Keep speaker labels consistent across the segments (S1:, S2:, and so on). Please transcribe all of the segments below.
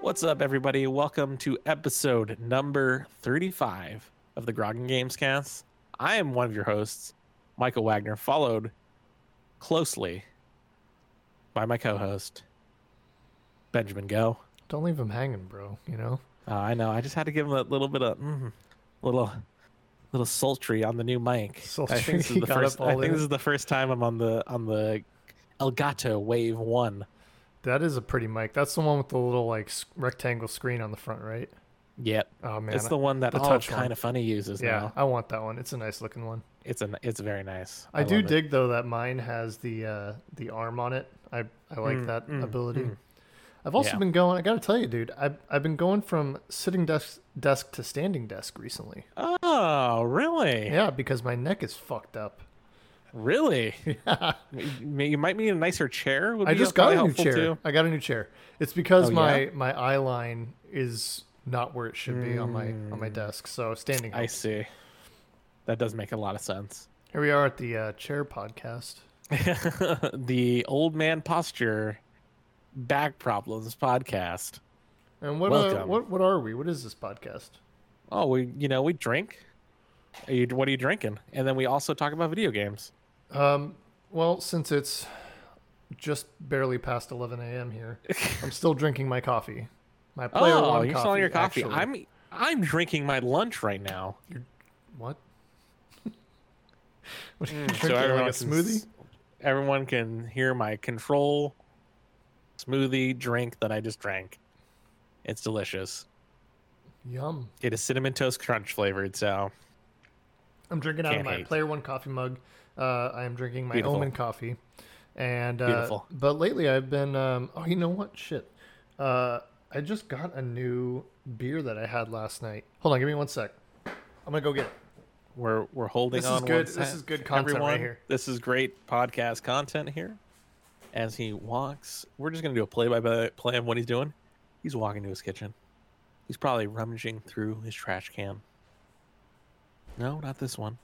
S1: What's up, everybody? Welcome to episode number 35 of the Grogging Games cast. I am one of your hosts, Michael Wagner, followed closely by my co host, Benjamin Go.
S2: Don't leave him hanging, bro. You know,
S1: Uh, I know, I just had to give him a little bit of mm, little little sultry on the new mic. I
S2: Sultry,
S1: think, this is,
S2: he
S1: the
S2: got
S1: first,
S2: up all
S1: I think
S2: in
S1: this
S2: it.
S1: is the first time I'm on the on the Elgato Wave 1.
S2: that is a pretty mic. That's the one with the little like s- rectangle screen on the front, right?
S1: Yep.
S2: Oh man,
S1: it's the one that
S2: the
S1: all
S2: touch
S1: kind
S2: one.
S1: of funny uses
S2: I, yeah,
S1: now.
S2: I want that one. It's a nice looking one.
S1: It's a it's very nice.
S2: I, do
S1: love it.
S2: dig though that mine has the uh, the arm on it. I I like
S1: Mm,
S2: that
S1: mm,
S2: ability.
S1: mm.
S2: I've also
S1: Yeah.
S2: been going. I gotta tell you, dude. I've I've been going from sitting desk desk to standing desk recently.
S1: Oh, really?
S2: Yeah, because my neck is fucked up.
S1: Really? M- You might need a nicer chair. Would
S2: I
S1: be uh,
S2: just got
S1: probably
S2: a new
S1: helpful,
S2: chair.
S1: Too.
S2: I got a new chair. It's because
S1: Oh,
S2: my my eye line is not where it should be on my on my
S1: Mm.
S2: desk. So standing.
S1: I
S2: helps.
S1: see. That does make a lot of sense.
S2: Here we are at the uh, chair podcast.
S1: the old man posture back problems podcast.
S2: And what are,
S1: Welcome.
S2: what what are we? What is this podcast?
S1: Oh, we you know we drink. Are you, what are you drinking? And then we also talk about video games.
S2: Um, well, since it's just barely past 11 a.m. here, I'm still drinking my coffee. My player
S1: oh,
S2: one
S1: you're
S2: coffee.
S1: selling your coffee.
S2: actually.
S1: I'm I'm drinking my lunch right now.
S2: what? what are you
S1: Mm,
S2: drinking? like a
S1: everyone can
S2: smoothie?
S1: s- everyone can hear my control smoothie drink that I just drank. It's delicious.
S2: Yum.
S1: It is cinnamon toast crunch flavored, so
S2: I'm drinking out of
S1: Can't
S2: my
S1: hate.
S2: player one coffee mug. Uh, I am drinking my
S1: Beautiful.
S2: almond coffee, and uh,
S1: Beautiful.
S2: But lately, I've been. Um, oh, you know what? Shit. Uh, I just got a new beer that I had last night. Hold on, give me one sec. I'm gonna go get it.
S1: we're we're holding
S2: This is
S1: on.
S2: good-
S1: one
S2: this
S1: sec.
S2: is good content right
S1: Everyone,
S2: here.
S1: This is great podcast content here. As he walks, we're just gonna do a play by play of what he's doing. He's walking to his kitchen. He's probably rummaging through his trash can. No, not this one.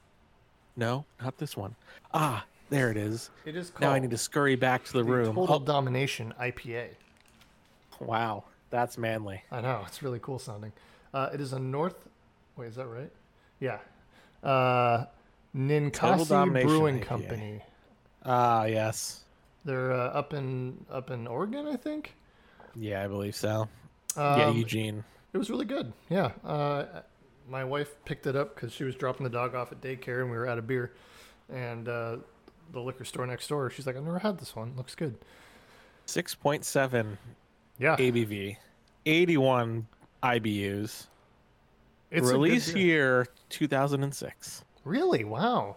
S1: No, not this one. Ah, there it is.
S2: It is called
S1: Now I need to scurry back to the
S2: the
S1: room.
S2: Total
S1: Oh,
S2: Domination IPA.
S1: Wow, that's manly.
S2: I know it's really cool sounding. Uh, it is a North. Wait, is that right? Yeah. Uh, Ninkasi
S1: Domination
S2: Brewing
S1: IPA.
S2: Company.
S1: Ah, yes.
S2: They're uh, up in up in Oregon, I think.
S1: Yeah, I believe so.
S2: Um,
S1: yeah, Eugene.
S2: It was really good. Yeah. Uh, my wife picked it up because she was dropping the dog off at daycare and we were out of beer. And uh, the liquor store next door, she's like, I've never had this one. It looks good.
S1: 6.7
S2: Yeah.
S1: ABV, 81 IBUs.
S2: It's a good
S1: Release
S2: beer.
S1: year 2006.
S2: Really? Wow.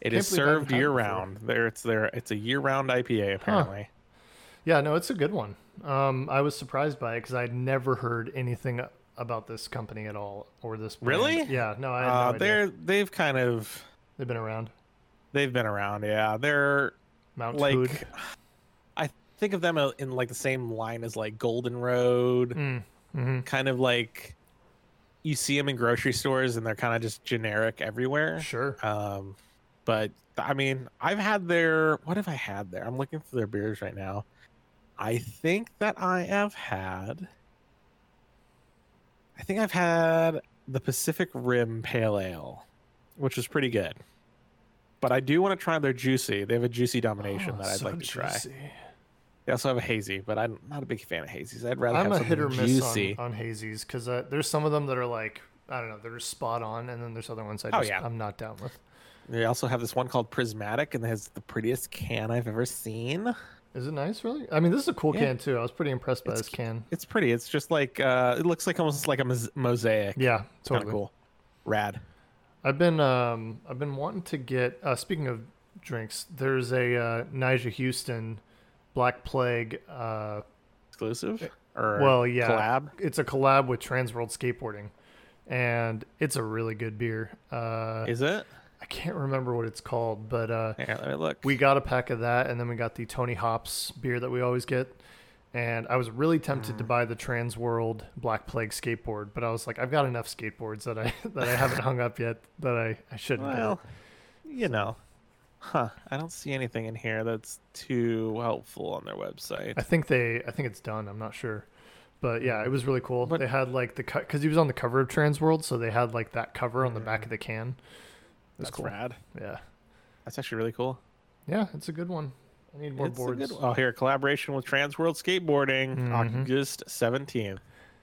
S1: It
S2: Can't
S1: is
S2: believe I haven't
S1: served
S2: had it
S1: year
S2: before.
S1: round. There, it's there. It's a year round IPA apparently.
S2: Yeah, no, it's a good one. Um, I was surprised by it because I'd never heard anything about this company at all or this brand.
S1: Really?
S2: Yeah, no, I had
S1: Uh,
S2: no idea.
S1: they're they've kind of
S2: They've been around.
S1: they've been around. Yeah, they're
S2: Mount
S1: like
S2: Hood.
S1: I think of them in like the same line as like Golden Road.
S2: Mm, hmm
S1: kind of like you see them in grocery stores and they're kind of just generic everywhere.
S2: Sure.
S1: Um, but I mean, I've had their what have I had there? I'm looking for their beers right now. I think that I have had. I think I've had the Pacific Rim Pale Ale, which was pretty good. But I do want to try their juicy. They have a juicy domination
S2: Oh,
S1: that I'd
S2: so
S1: like to try.
S2: juicy.
S1: They also have a hazy, but I'm not a big fan of hazies. I'd rather
S2: I'm
S1: have
S2: a
S1: something
S2: hit or miss
S1: juicy.
S2: on, on hazies because uh, there's some of them that are like I don't know, they're just spot on, and then there's other ones I
S1: Oh,
S2: just
S1: yeah.
S2: I'm not down with.
S1: They also have this one called Prismatic, and it has the prettiest can I've ever seen.
S2: Is it nice, really? I mean, this is a cool
S1: Yeah.
S2: can too. I was pretty impressed by
S1: It's
S2: this can.
S1: It's pretty. It's just like uh, it looks like almost like a mos- mosaic.
S2: Yeah,
S1: kind
S2: totally.
S1: of cool, rad.
S2: I've been um I've been wanting to get. Uh, speaking of drinks, there's a uh, Nigel Houston Black Plague. Uh,
S1: Exclusive Eh, or
S2: well, yeah,
S1: collab.
S2: It's a collab with Trans World Skateboarding, and it's a really good beer. Uh,
S1: Is it?
S2: I can't remember what it's called, but uh,
S1: Here, let me look.
S2: we got a pack of that and then we got the tony hops beer that we always get and i was really tempted
S1: Mm.
S2: to buy the trans world black plague skateboard but i was like i've got enough skateboards that i that i haven't hung up yet that i, I shouldn't get it.
S1: well, you know, huh? I don't see anything in here that's too helpful on their website.
S2: i think they i think it's done i'm not sure But yeah, it was really cool.
S1: But-
S2: they had like the cut because he was on the cover of Trans World, so they had like that cover on the back of the can. It was
S3: That's
S2: cool.
S3: rad.
S2: Yeah,
S1: That's actually really cool.
S2: yeah, it's a good one. I need more
S1: It's a good
S2: boards.
S1: one. Oh, here, collaboration with Trans World Skateboarding,
S2: Mhm.
S1: August 17th.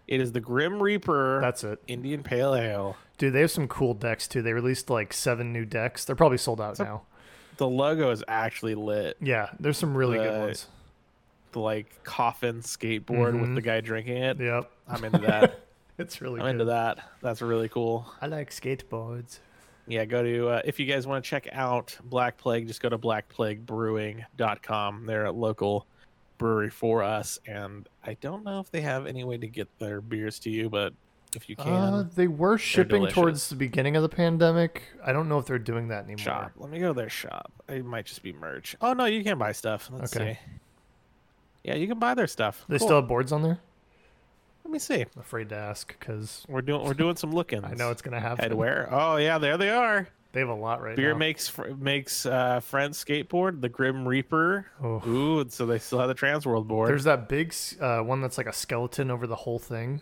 S1: It is the Grim Reaper
S2: That's it,
S1: Indian Pale Ale.
S2: dude. They have some cool decks too. They released like seven new decks. They're probably sold out
S1: So-
S2: now.
S1: The logo is actually lit.
S2: Yeah, there's some really good
S1: Uh,
S2: ones.
S1: The like coffin skateboard with
S2: Mhm.
S1: the guy drinking it.
S2: Yep,
S1: I'm into that.
S2: it's really
S1: I'm
S2: good.
S1: into that. That's really cool.
S2: I like skateboards.
S1: Yeah, go to uh, if you guys want to check out Black Plague, just go to blackplaguebrewing.com. They're a local brewery for us, and I don't know if they have any way to get their beers to you, but if you can,
S2: Uh, they were shipping
S1: delicious.
S2: towards the beginning of the pandemic. I don't know if they're doing that anymore.
S1: shop. Let me go to their shop. It might just be merch. Oh no, you can buy stuff. Let's
S2: Okay.
S1: see. Yeah, you can buy their stuff.
S2: They
S1: Cool.
S2: still have boards on there.
S1: Let me see.
S2: I'm afraid to ask because
S1: We're doing we're doing some looking.
S2: I know it's gonna happen.
S1: headwear. Oh yeah, there they are.
S2: They have a lot right
S1: Beer
S2: now.
S1: makes fr- makes uh, friends skateboard. The Grim Reaper.
S2: Oh.
S1: Ooh, and so they still have the Transworld board.
S2: There's that big s- uh, one that's like a skeleton over the whole thing.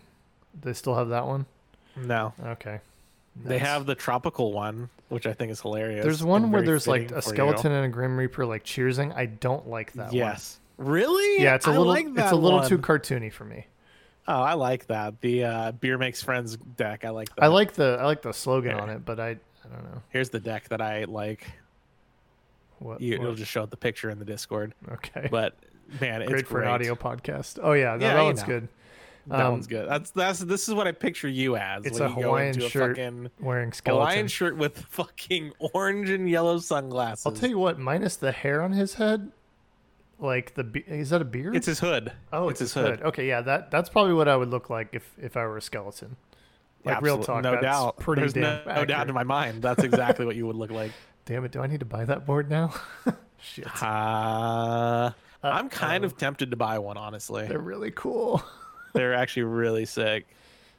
S2: They still have that one.
S1: No,
S2: Okay.
S1: they
S2: Nice.
S1: have the tropical one, which I think is hilarious.
S2: There's one
S1: and
S2: where
S1: very
S2: there's like
S1: fitting
S2: a
S1: for you.
S2: skeleton and a grim reaper like cheersing. I don't like that
S1: Yes. Really?
S2: one. Yeah, it's a
S1: I
S2: little
S1: like
S2: it's
S1: that
S2: a little
S1: one.
S2: too cartoony for me.
S1: Oh, I like that. The uh, beer makes friends deck. I like that.
S2: I like the I like the slogan
S1: Fair.
S2: on it, but I I don't know
S1: Here's the deck that I like.
S2: what.
S1: You,
S2: what-
S1: it'll just show up the picture in the Discord.
S2: okay.
S1: But man, it's
S2: great for an audio podcast. Oh yeah, no,
S1: Yeah,
S2: that
S1: you
S2: one's
S1: know.
S2: good.
S1: That
S2: Um,
S1: one's good. That's that's this is what I picture you as.
S2: It's
S1: when
S2: a
S1: you go
S2: Hawaiian
S1: into a
S2: shirt,
S1: fucking
S2: wearing skeleton.
S1: Hawaiian shirt with fucking orange and yellow sunglasses.
S2: I'll tell you what, minus the hair on his head, like the be- is that a beard?
S1: It's his hood.
S2: oh, it's, his hood. Okay, yeah, that that's probably what I would look like if if I were a skeleton. Like real
S1: Absolute-
S2: talk,
S1: no
S2: that's
S1: doubt.
S2: pretty
S1: There's
S2: damn
S1: no, no doubt
S2: accurate.
S1: in my mind. That's exactly what you would look like.
S2: Damn it! Do I need to buy that board now? Shit,
S1: Uh, I'm kind of tempted to buy one, honestly.
S2: they're really cool.
S1: They're actually really sick.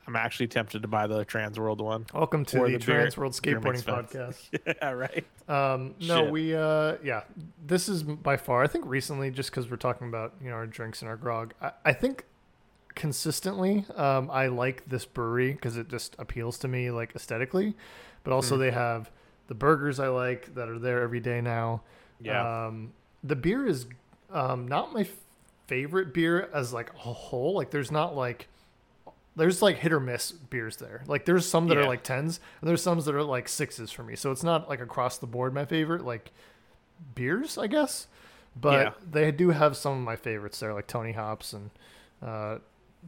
S1: I'm actually tempted to buy the Trans World one.
S2: Welcome to
S1: Or
S2: the,
S1: the beer-
S2: Trans World
S1: beer
S2: Skateboarding
S1: makes
S2: Podcast.
S1: yeah, right.
S2: Um, no,
S1: Shit.
S2: we uh, yeah, this is by far. I think recently, just because we're talking about you know our drinks and our grog, I, I think consistently, um, I like this brewery because it just appeals to me like aesthetically, but also
S1: Hmm.
S2: they have the burgers I like that are there every day now.
S1: Yeah.
S2: Um, the beer is um, not my f- favorite beer as like a whole. Like, there's not like there's like hit or miss beers there. Like, there's some that are
S1: Yeah.
S2: like tens, and there's some that are like sixes for me. So it's not like across the board my favorite like beers, I guess. But
S1: Yeah.
S2: they do have some of my favorites there, like Tony Hops and uh,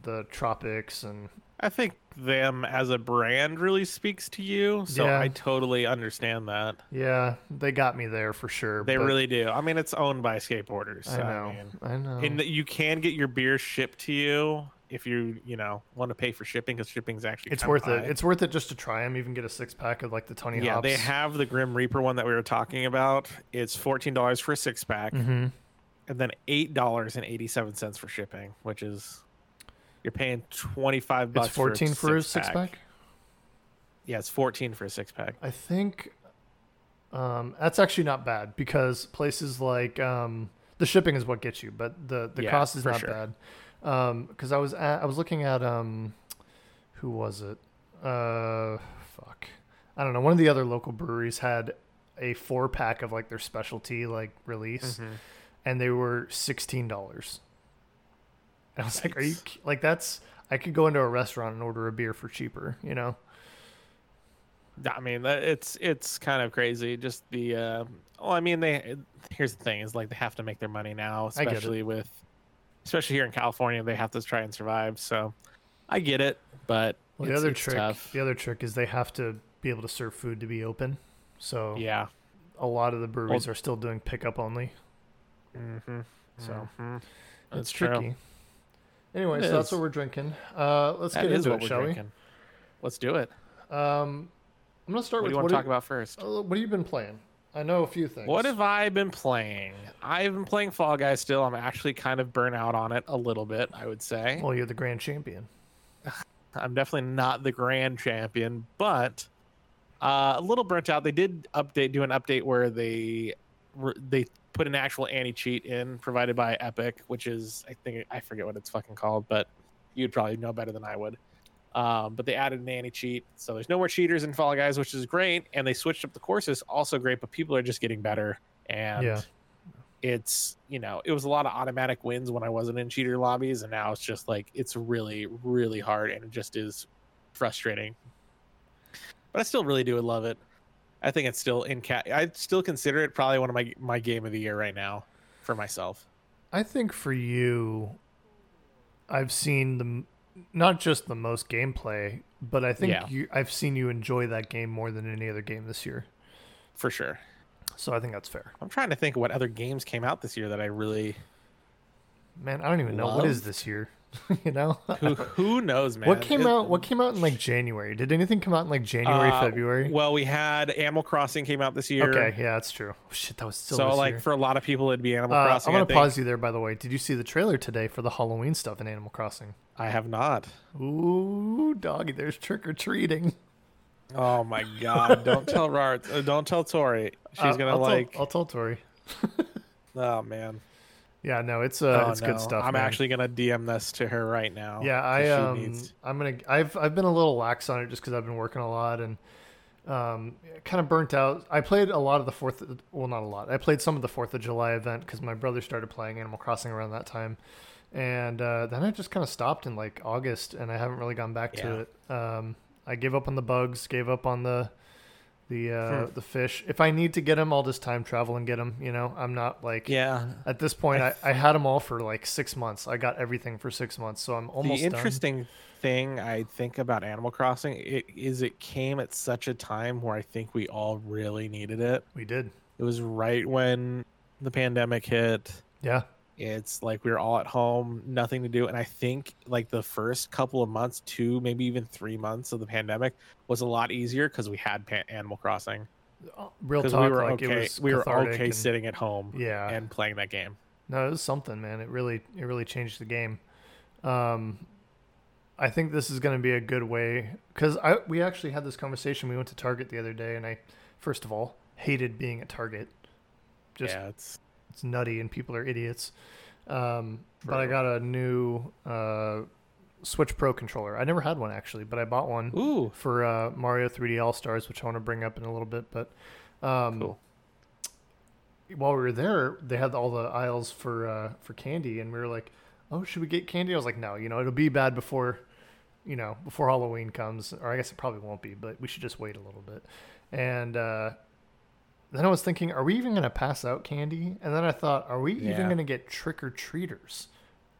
S2: the Tropics and
S1: I think them as a brand really speaks to you. So
S2: Yeah.
S1: I totally understand that.
S2: yeah, they got me there for sure.
S1: They
S2: but
S1: really do. I mean, it's owned by skateboarders.
S2: I
S1: so,
S2: know.
S1: mean,
S2: I know.
S1: and that you can get your beer shipped to you if you, you know, want to pay for shipping because shipping's actually
S2: it's
S1: kinda
S2: worth
S1: high.
S2: it. It's worth it just to try them. Even get a six pack of like the Tony
S1: Yeah,
S2: Hops.
S1: they have the Grim Reaper one that we were talking about. It's fourteen dollars for a six pack,
S2: hmm
S1: and then eight dollars and eighty seven cents for shipping, which is you're paying twenty five bucks.
S2: It's fourteen for a six pack.
S1: Yeah, it's fourteen for a six pack.
S2: I think um, that's actually not bad because places like um, the shipping is what gets you, but the, the
S1: Yeah,
S2: cost is
S1: for
S2: not
S1: sure.
S2: bad. Because I was at, I was looking at um, who was it? Uh, fuck, I don't know. One of the other local breweries had a four pack of like their specialty like release,
S1: Mm-hmm.
S2: and they were sixteen dollars. And I was like, "Are you
S1: Yikes.
S2: ki- like that's?" I could go into a restaurant and order a beer for cheaper, you know.
S1: I mean, that- it's it's kind of crazy. Just the uh, well, I mean, they here's the thing is like they have to make their money now,
S2: I get it.
S1: especially with especially here in California, they have to try and survive. So I get it, but
S2: Well, the
S1: it's-
S2: other
S1: it's
S2: trick,
S1: tough.
S2: the other trick is they have to be able to serve food to be open. So
S1: yeah.
S2: a lot of the breweries are still doing pickup only.
S1: Mm-hmm.
S2: So
S1: That's
S2: it's
S1: true.
S2: tricky. Anyway,
S1: It
S2: so that's
S1: is.
S2: what we're drinking. Uh, let's
S1: That
S2: get
S1: is
S2: into
S1: what
S2: it,
S1: we're
S2: shall
S1: drinking. Let's do it.
S2: we? Um, I'm gonna start
S1: What do
S2: with
S1: you want
S2: what,
S1: to talk
S2: have,
S1: about first?
S2: uh, what have you been playing? I know a few things.
S1: What have I been playing? I've been playing Fall Guys still. I'm actually kind of burnt out on it a little bit, I would say.
S2: Well, you're the grand champion.
S1: I'm definitely not the grand champion, but uh, a little burnt out. They did update, do an update where they were- they put an actual anti cheat in provided by Epic, which is I think I forget what it's fucking called, but You'd probably know better than I would. Um, but they added an anti cheat, so there's no more cheaters in Fall Guys, which is great. And they switched up the courses, also great. But people are just getting better, and
S2: Yeah.
S1: it's you know it was a lot of automatic wins when I wasn't in cheater lobbies, and now it's just like it's really really hard, and it just is frustrating. But I still really do love it. I think it's still in cat. I still consider it probably one of my my game of the year right now for myself.
S2: I think for you, I've seen the m- not just the most gameplay, but I think
S1: Yeah.
S2: you, I've seen you enjoy that game more than any other game this year.
S1: for sure.
S2: So I think that's fair.
S1: I'm trying to think what other games came out this year that I really
S2: Man, I don't even know what is
S1: Love?
S2: this year. you know,
S1: who who knows, man.
S2: what came
S1: It-
S2: out? What came out in like January? Did anything come out in like January,
S1: uh,
S2: February?
S1: Well, we had Animal Crossing came out this year.
S2: okay, yeah, that's true. Oh, shit, that was still
S1: so
S2: this
S1: like
S2: year.
S1: for a lot of people, it'd be Animal
S2: Uh,
S1: Crossing.
S2: I'm
S1: I
S2: gonna
S1: think.
S2: pause you there. By the way, did you see the trailer today for the Halloween stuff in Animal Crossing?
S1: I have not.
S2: Ooh, doggy, there's trick or treating.
S1: Oh my god! don't tell Rart. Uh, don't tell Tori. She's
S2: Uh,
S1: gonna
S2: I'll tell-
S1: like.
S2: I'll tell Tori.
S1: oh man.
S2: Yeah, no, it's uh,
S1: Oh,
S2: it's
S1: no.
S2: good stuff.
S1: I'm
S2: man.
S1: actually gonna DM this to her right now.
S2: yeah,
S1: 'cause
S2: I
S1: she
S2: um,
S1: needs-
S2: I'm gonna, I've I've been a little lax on it just because I've been working a lot and um, kind of burnt out. I played a lot of the fourth, well, not a lot. I played some of the Fourth of July event because my brother started playing Animal Crossing around that time, and uh, then I just kind of stopped in like August, and I haven't really gone back
S1: Yeah.
S2: to it. Um, I gave up on the bugs, gave up on the the uh,
S1: Hmm.
S2: the fish. If I need to get them, I'll just time travel and get them. You know, I'm not like
S1: Yeah.
S2: At this point, I, I had them all for like six months. I got everything for six months, so I'm almost
S1: the
S2: done.
S1: interesting thing I think about Animal Crossing it, is it came at such a time where I think we all really needed it.
S2: We did,
S1: It was right when the pandemic hit.
S2: yeah,
S1: It's like we were all at home, nothing to do. And I think like the first couple of months, two, maybe even three months of the pandemic was a lot easier because we had pa- Animal Crossing.
S2: Uh, real
S1: Because
S2: talk.
S1: we were
S2: like
S1: okay.
S2: it was
S1: we were
S2: cathartic
S1: okay
S2: and-
S1: sitting at home
S2: Yeah,
S1: and playing that game.
S2: no, it was something, man. It really it really changed the game. Um, I think this is going to be a good way because I we actually had this conversation. We went to Target the other day, and I first of all hated being at Target. Just
S1: yeah, it's
S2: it's nutty and people are idiots. Um, but
S1: True.
S2: I got a new uh, Switch Pro controller. I never had one actually, but I bought one
S1: ooh
S2: for uh, Mario 3D All Stars, which I want to bring up in a little bit. But um,
S1: cool.
S2: while we were there, they had all the aisles for uh, for candy, and we were like, "Oh, should we get candy?" I was like, "No, you know, it'll be bad before, you know, before Halloween comes, or I guess it probably won't be, but we should just wait a little bit." And uh, then I was thinking, "Are we even gonna pass out candy?" And then I thought, "Are we even
S1: Yeah.
S2: gonna get trick or treaters?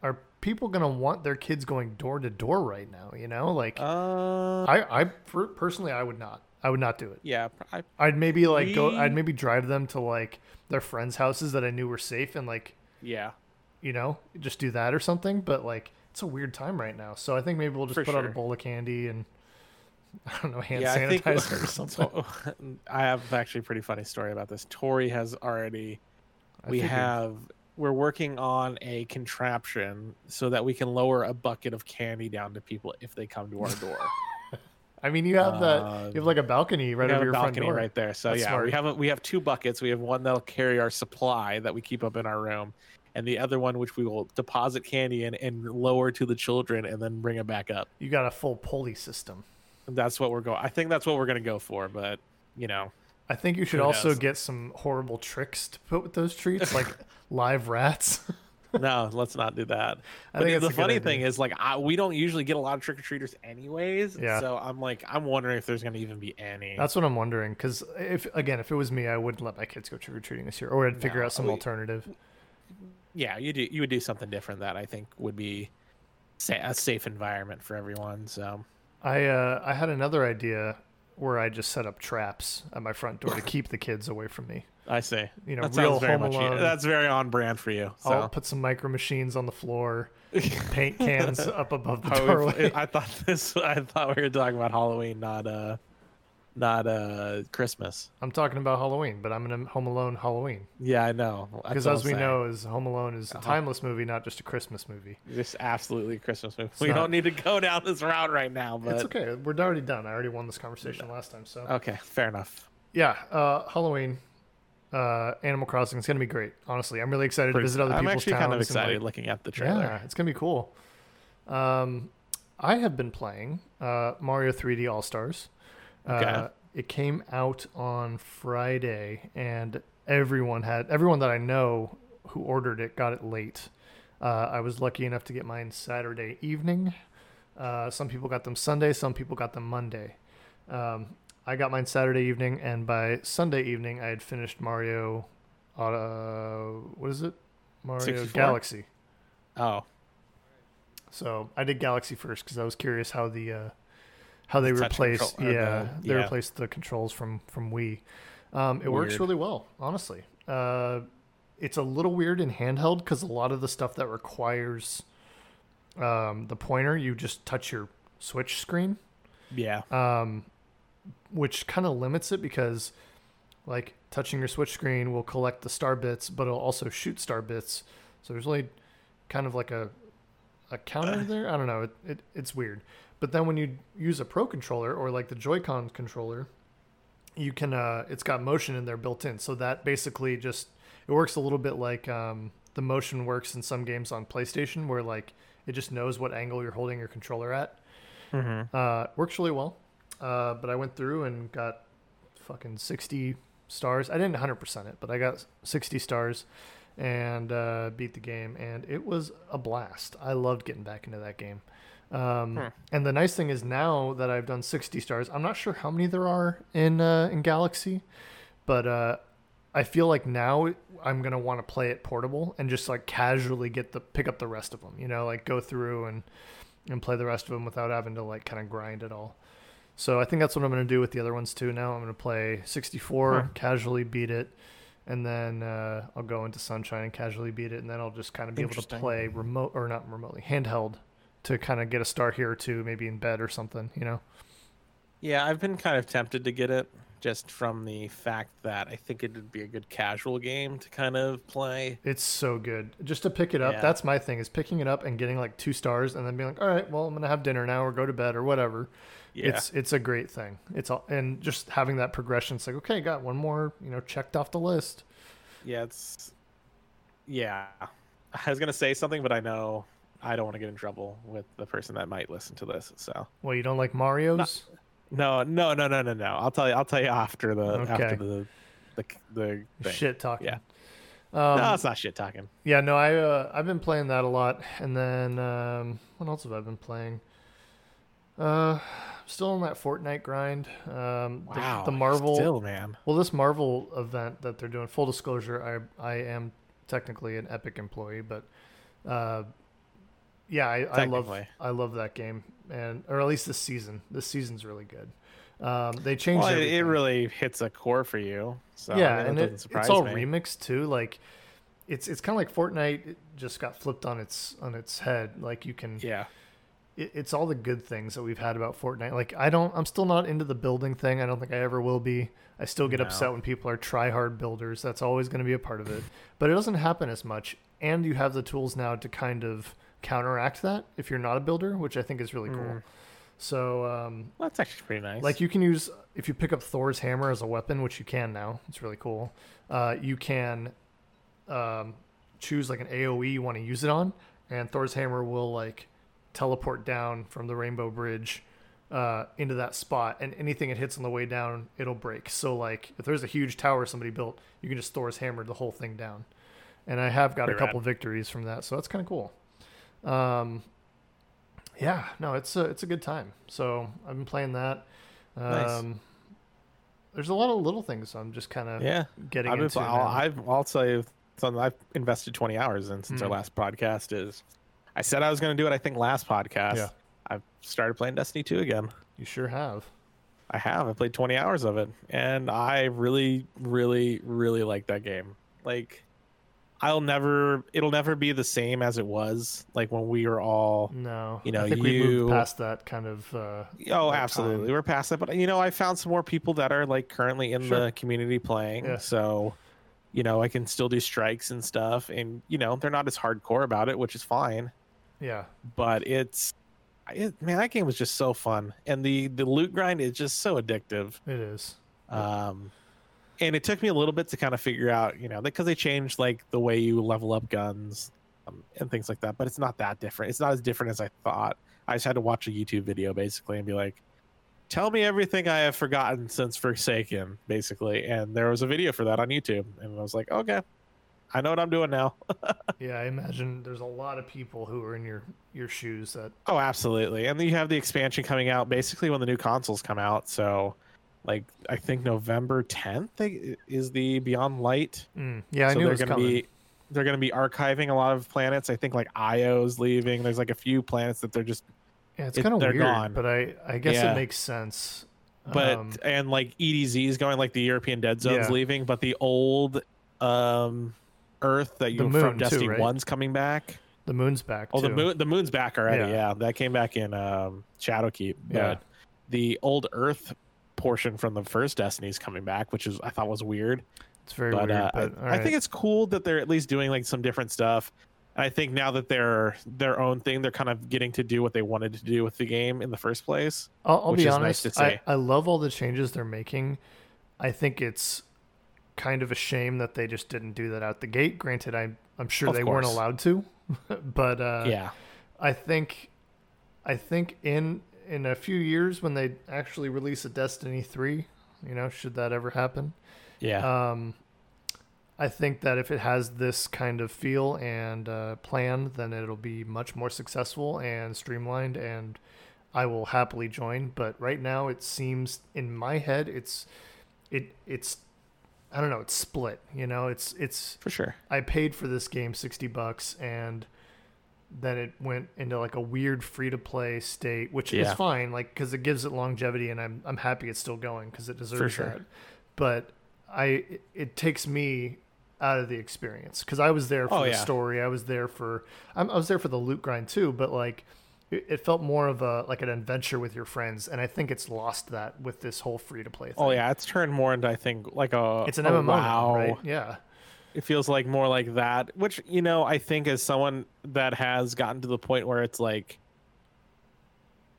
S2: Are people gonna want their kids going door to door right now? You know, like
S1: Uh,
S2: I, I per- personally, I would not, I would not do it."
S1: yeah, I
S2: I'd maybe like go.
S1: We-
S2: I'd maybe drive them to like their friends' houses that I knew were safe, and like
S1: yeah.
S2: you know, just do that or something. But like, it's a weird time right now, so I think maybe we'll just
S1: For
S2: put out a
S1: sure.
S2: bowl of candy and I don't know hand
S1: I
S2: sanitizer
S1: think-
S2: or something.
S1: So- I have actually a pretty funny story about this. Tori has already.
S2: I
S1: we
S2: figured.
S1: have. We're working on a contraption so that we can lower a bucket of candy down to people if they come to our door.
S2: I mean, you have that. You have
S1: um,
S2: like a balcony right
S1: we have
S2: over
S1: a
S2: your front
S1: balcony
S2: door.
S1: right there. So
S2: That's
S1: yeah,
S2: smart.
S1: we have a, we have two buckets. We have one that'll carry our supply that we keep up in our room, and the other one which we will deposit candy in and lower to the children and then bring it back up.
S2: You got a full pulley system.
S1: That's what we're going. I think that's what we're gonna go for. But you know,
S2: I think you should
S1: Who
S2: also
S1: knows?
S2: get some horrible tricks to put with those treats, like live rats.
S1: no, let's not do that.
S2: I
S1: But the
S2: think that's a good
S1: funny
S2: idea.
S1: thing is, like, I, we don't usually get a lot of trick or treaters, anyways.
S2: Yeah.
S1: So I'm like, I'm wondering if there's going to even be any.
S2: That's what I'm wondering. Because if again, if it was me, I wouldn't let my kids go trick or treating this year, or I'd figure
S1: No,
S2: out some
S1: we-
S2: alternative.
S1: yeah, you do. You would do something different that I think would be sa- a safe environment for everyone. So
S2: I uh, I had another idea where I just set up traps at my front door to keep the kids away from me.
S1: I see.
S2: You know,
S1: That
S2: real
S1: sounds very
S2: Home
S1: much.
S2: Alone.
S1: That's very on brand for you.
S2: I'll
S1: So
S2: put some micro machines on the floor, paint cans up above the
S1: Oh, we-
S2: doorway.
S1: I thought this. I thought we were talking about Halloween, not uh, not uh, Christmas.
S2: I'm talking about Halloween, but I'm in a Home Alone Halloween
S1: Yeah, I know. That's
S2: because
S1: what
S2: as
S1: I'm
S2: we
S1: saying. Uh-huh.
S2: know, is Home Alone is a timeless movie, not just a Christmas movie.
S1: this absolutely a Christmas movie. We
S2: not-
S1: don't need to go down this route right now, but
S2: it's okay. We're already done. I already won this conversation last time, so.
S1: Okay, fair enough.
S2: yeah, uh, Halloween, uh, Animal Crossing. It's gonna be great. Honestly, I'm really excited to visit other
S1: I'm
S2: people's
S1: actually
S2: towns.
S1: kind of
S2: and, like,
S1: excited looking at the trailer.
S2: Yeah, it's gonna be cool. Um, I have been playing uh, Mario 3D All Stars. Uh,
S1: Okay.
S2: it came out on Friday, and everyone had everyone that I know who ordered it got it late. Uh, I was lucky enough to get mine Saturday evening. Uh, some people got them Sunday, some people got them Monday. Um, I got mine Saturday evening, and by Sunday evening, I had finished Mario. Uh, what is it? Mario
S1: 64?
S2: Galaxy.
S1: Oh,
S2: So I did Galaxy first because I was curious how the uh, how they
S1: The touch
S2: replaced
S1: control- or
S2: yeah
S1: the-
S2: they
S1: yeah.
S2: replaced the controls from from Wii. Um, it works
S1: Weird.
S2: really well, honestly. Uh, it's a little weird in handheld because a lot of the stuff that requires um, the pointer, you just touch your switch screen
S1: yeah.
S2: um, which kind of limits it because like touching your switch screen will collect the star bits but it'll also shoot star bits so there's really kind of like a a counter there i don't know it, it, it's weird but then when you use a pro controller or like the joy-con controller you can uh it's got motion in there built in so that basically just it works a little bit like um the motion works in some games on playstation where like it just knows what angle you're holding your controller at
S1: Mm-hmm.
S2: uh, works really well. Uh, but I went through and got fucking 60 stars. I didn't 100% it, but I got 60 stars and uh, beat the game. And it was a blast. I loved getting back into that game. Um,
S1: Hmm.
S2: And the nice thing is now that I've done 60 stars, I'm not sure how many there are in, uh, in Galaxy, but uh, I feel like now I'm going to want to play it portable and just like casually get the pick up the rest of them, you know, like go through and and play the rest of them without having to like kind of grind it all. So I think that's what I'm going to do with the other ones too. Now I'm going to play 64,
S1: Huh.
S2: casually beat it, and then uh, I'll go into Sunshine and casually beat it, and then I'll just kind of be able to
S1: Interesting.
S2: play remote or not remotely handheld to kind of get a star here or two, maybe in bed or something, you know.
S1: Yeah, I've been kind of tempted to get it just from the fact that I think it would be a good casual game to kind of play.
S2: It's so good. Just to pick it up,
S1: Yeah.
S2: that's my thing is picking it up and getting like two stars and then being like, all right, well, I'm going to have dinner now or go to bed or whatever.
S1: Yeah.
S2: It's it's a great thing. It's all, and just having that progression. It's like, okay, got one more, you know, checked off the list.
S1: Yeah, it's yeah. I was gonna say something, but I know I don't want to get in trouble with the person that might listen to this. So
S2: Well, you don't like Mario's?
S1: no, no, no, no, no, no. I'll tell you. I'll tell you after the
S2: Okay.
S1: after the the the thing.
S2: Shit talking.
S1: Yeah.
S2: Um,
S1: no, it's not shit talking.
S2: Yeah, no, I uh, I've been playing that a lot, and then um, what else have I been playing? Uh, still on that Fortnite grind. Um, the-
S1: Wow,
S2: the, Marvel.
S1: still man.
S2: Well, this Marvel event that they're doing. Full disclosure, I I am technically an Epic employee, but uh, yeah, I, I love
S1: Technically.
S2: I love that game, and or at least this season. This season's really good. Um, they changed
S1: Well, it, it
S2: everything.
S1: really hits a core for you. So I
S2: yeah,
S1: mean, that
S2: and
S1: doesn't
S2: it,
S1: surprise
S2: it's all
S1: me.
S2: remixed too. Like, it's it's kind of like Fortnite. It just got flipped on its on its head. Like you can,
S1: yeah,
S2: it, it's all the good things that we've had about Fortnite. Like I don't, I'm still not into the building thing. I don't think I ever will be. I still get
S1: No.
S2: upset when people are try hard builders. That's always going to be a part of it. But it doesn't happen as much. And you have the tools now to kind of counteract that if you're not a builder, which I think is really cool.
S1: Mm.
S2: So um,
S1: well, that's actually pretty nice.
S2: like you can use if you pick up Thor's hammer as a weapon, which you can now. It's really cool. Uh, you can um, choose like an AOE you want to use it on, and Thor's hammer will like teleport down from the Rainbow Bridge uh, into that spot, and anything it hits on the way down, it'll break. So like if there's a huge tower somebody built, you can just Thor's hammer the whole thing down. And I have got
S1: Pretty
S2: a
S1: rad.
S2: couple victories from that, so that's kind of cool. Um, yeah, no, it's a it's a good time. So I've been playing that. Um,
S1: Nice.
S2: There's a lot of little things I'm just kind of
S1: yeah.
S2: getting
S1: I've been, oh,
S2: into.
S1: I'll,
S2: now.
S1: I've, I'll tell you something I've invested 20 hours in since our
S2: Mm.
S1: last podcast is I said I was going to do it. I think last podcast
S2: Yeah.
S1: I've started playing Destiny 2 again.
S2: you sure have.
S1: I have. I played 20 hours of it and I really, really, really like that game. Like I'll never, it'll never be the same as it was like when we were all
S2: No,
S1: You know,
S2: I think we
S1: you-
S2: moved past that kind of. Uh,
S1: Oh,
S2: that
S1: absolutely.
S2: time.
S1: We're past that. But you know, I found some more people that are like currently in
S2: Sure.
S1: the community playing.
S2: Yeah.
S1: So, you know, I can still do strikes and stuff. And, you know, they're not as hardcore about it, which is fine.
S2: yeah,
S1: But it's, it, man, that game was just so fun. And the, the loot grind is just so addictive.
S2: it is.
S1: Um, and it took me a little bit to kind of figure out, you know, because they changed like the way you level up guns, um, and things like that. But it's not that different. It's not as different as I thought. I just had to watch a YouTube video basically and be like, tell me everything I have forgotten since Forsaken, basically. And there was a video for that on YouTube. And I was like, okay, I know what I'm doing now.
S2: Yeah, I imagine there's a lot of people who are in your your shoes that
S1: Oh, absolutely. And then you have the expansion coming out basically when the new consoles come out. So, like, I think November 10th i- is the Beyond Light.
S2: Mm, yeah, I
S1: so
S2: knew it
S1: they're
S2: was
S1: gonna
S2: coming.
S1: be they're going to be archiving a lot of planets. I think like Io's leaving. There's like a few planets that they're just
S2: yeah, it's
S1: it-
S2: kind of
S1: they're
S2: weird,
S1: gone.
S2: but I I guess
S1: Yeah.
S2: it makes sense.
S1: but
S2: Um,
S1: and like EDZ is going like the European Dead Zone's
S2: Yeah.
S1: leaving, but the old um Earth that you
S2: The moon,
S1: from
S2: too,
S1: Destiny
S2: right?
S1: One's coming back.
S2: the moon's back.
S1: Oh, the
S2: too.
S1: moon the moon's back already.
S2: Yeah.
S1: Yeah, that came back in um Shadowkeep. But
S2: Yeah.
S1: the old Earth portion from the first Destiny's coming back, which is I thought was weird.
S2: It's very
S1: but
S2: weird.
S1: uh,
S2: but
S1: I, I think it's cool that they're at least doing like some different stuff. And I think now that they're their own thing, they're kind of getting to do what they wanted to do with the game in the first place.
S2: I'll, I'll
S1: which
S2: be
S1: is nice
S2: honest.
S1: to
S2: I,
S1: say.
S2: I love all the changes they're making. I think it's kind of a shame that they just didn't do that out the gate. Granted, I I'm sure
S1: Of
S2: they weren't
S1: course.
S2: allowed to, but uh,
S1: yeah.
S2: I think I think in in a few years when they actually release a Destiny three, you know, should that ever happen,
S1: Yeah.
S2: um, I think that if it has this kind of feel and uh, plan, then it'll be much more successful and streamlined, and I will happily join. But right now, it seems in my head, it's it it's I don't know, it's split. You know, it's it's
S1: for sure.
S2: I paid for this game 60 bucks and then it went into like a weird free to play state, which is
S1: Yeah.
S2: fine like cuz it gives it longevity and I'm I'm happy it's still going cuz it deserves
S1: sure.
S2: that. But I it, it takes me out of the experience cuz I was there for
S1: Oh,
S2: the
S1: yeah.
S2: story, I was there for I'm, I was there for the loot grind too, but like it it felt more of a like an adventure with your friends, and I think it's lost that with this whole free to play thing.
S1: Oh yeah, it's turned more into I think like a
S2: it's an
S1: a
S2: MMO, now,
S1: WoW.
S2: right? Yeah,
S1: It feels like more like that, which you know I think as someone that has gotten to the point where it's like.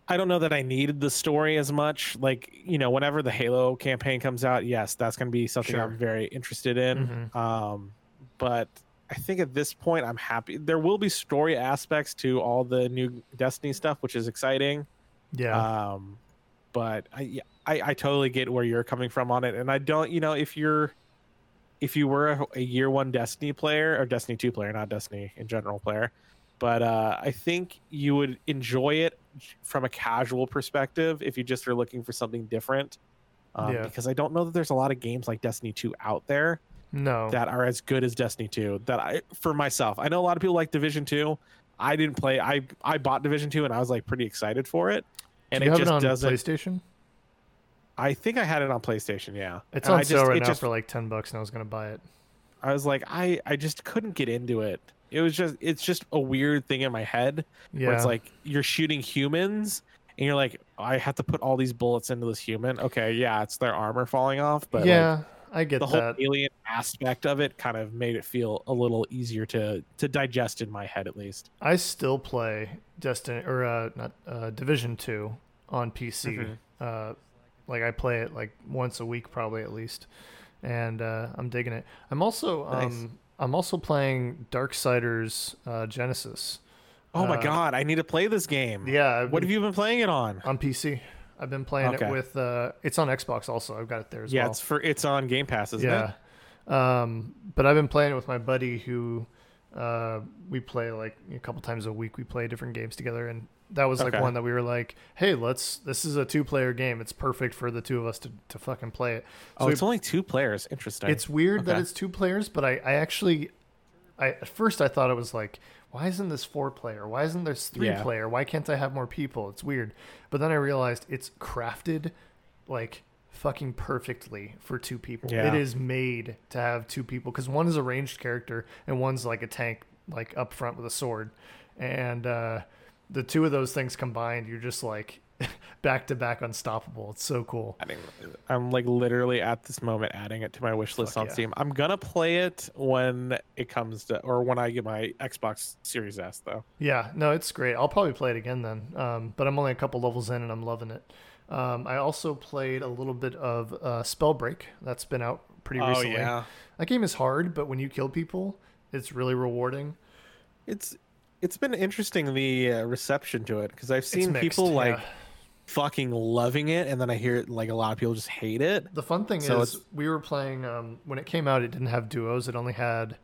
S1: I don't know that I needed the story as much. Like, you know, whenever the Halo campaign comes out, yes, that's going to be something
S2: Sure.
S1: I'm very interested in.
S2: Mhm.
S1: Um, but I think at this point, I'm happy. There will be story aspects to all the new Destiny stuff, which is exciting.
S2: yeah.
S1: Um, but I, yeah, I I totally get where you're coming from on it, and I don't, you know, if you're if you were a, a year one Destiny player or Destiny two player, not Destiny in general player, but uh, I think you would enjoy it from a casual perspective if you just are looking for something different. Um,
S2: Yeah.
S1: Because I don't know that there's a lot of games like Destiny two out there
S2: no,
S1: that are as good as Destiny 2 that I for myself. I know a lot of people like Division 2. I didn't play I I bought Division 2 and I was like pretty excited for it. And
S2: Do
S1: it
S2: you have
S1: just
S2: it on
S1: doesn't
S2: PlayStation?
S1: I think I had it on PlayStation, yeah.
S2: It's
S1: And
S2: on
S1: I just,
S2: sale right
S1: it
S2: now
S1: just,
S2: for like ten bucks, and I was gonna buy it.
S1: I was like I I just couldn't get into it. It was just it's just a weird thing in my head
S2: Yeah,
S1: where it's like you're shooting humans and you're like I have to put all these bullets into this human. Okay, yeah, it's their armor falling off, but like,
S2: yeah, I get
S1: the whole
S2: that.
S1: alien aspect of it kind of made it feel a little easier to to digest in my head at least
S2: I still play Destiny or uh, not uh, Division Two on PC.
S1: Mhm.
S2: Uh, like I play it like once a week, probably at least, and uh, I'm digging it. I'm also um,
S1: Nice.
S2: I'm also playing Darksiders uh, Genesis.
S1: oh my
S2: Uh,
S1: god i need to play this game
S2: Yeah, I've
S1: what
S2: been-
S1: have you been playing it on
S2: on PC? I've been playing it
S1: Okay.
S2: with. Uh, it's on Xbox also. I've got it there as
S1: yeah
S2: well.
S1: it's for it's on game pass isn't
S2: yeah.
S1: it
S2: Um, but I've been playing it with my buddy who uh, we play like a couple times a week. We play different games together, and that was like
S1: Okay.
S2: one that we were like, "Hey, let's. This is a two-player game. It's perfect for the two of us to, to fucking play it."
S1: oh
S2: we-
S1: it's only two players interesting
S2: it's weird that
S1: Okay.
S2: it's two players, but I, I actually, I at first I thought it was like, why isn't this four player? Why isn't this three
S1: Yeah.
S2: player? Why can't I have more people? It's weird. But then I realized it's crafted, like fucking perfectly for two people.
S1: Yeah.
S2: It is made to have two people because one is a ranged character and one's like a tank, like up front with a sword, and uh, the two of those things combined, you're just like. Back to back, unstoppable. It's so cool.
S1: Adding- i'm like literally at this moment adding it to my wish list
S2: Fuck
S1: on
S2: yeah.
S1: steam i'm gonna play it when it comes to or when i get my xbox series s though
S2: Yeah, no, it's great. I'll probably play it again then. Um, but I'm only a couple levels in and I'm loving it. Um, I also played a little bit of uh, Spellbreak. That's been out
S1: Oh,
S2: pretty recently. That game is hard, but when you kill people, it's really rewarding.
S1: It's it's been interesting the uh, reception to it because I've
S2: It's
S1: seen
S2: mixed,
S1: people
S2: yeah.
S1: like fucking loving it, and then I hear like a lot of people just hate it.
S2: The fun thing
S1: So
S2: is, we were playing um, when it came out. It didn't have duos; it only had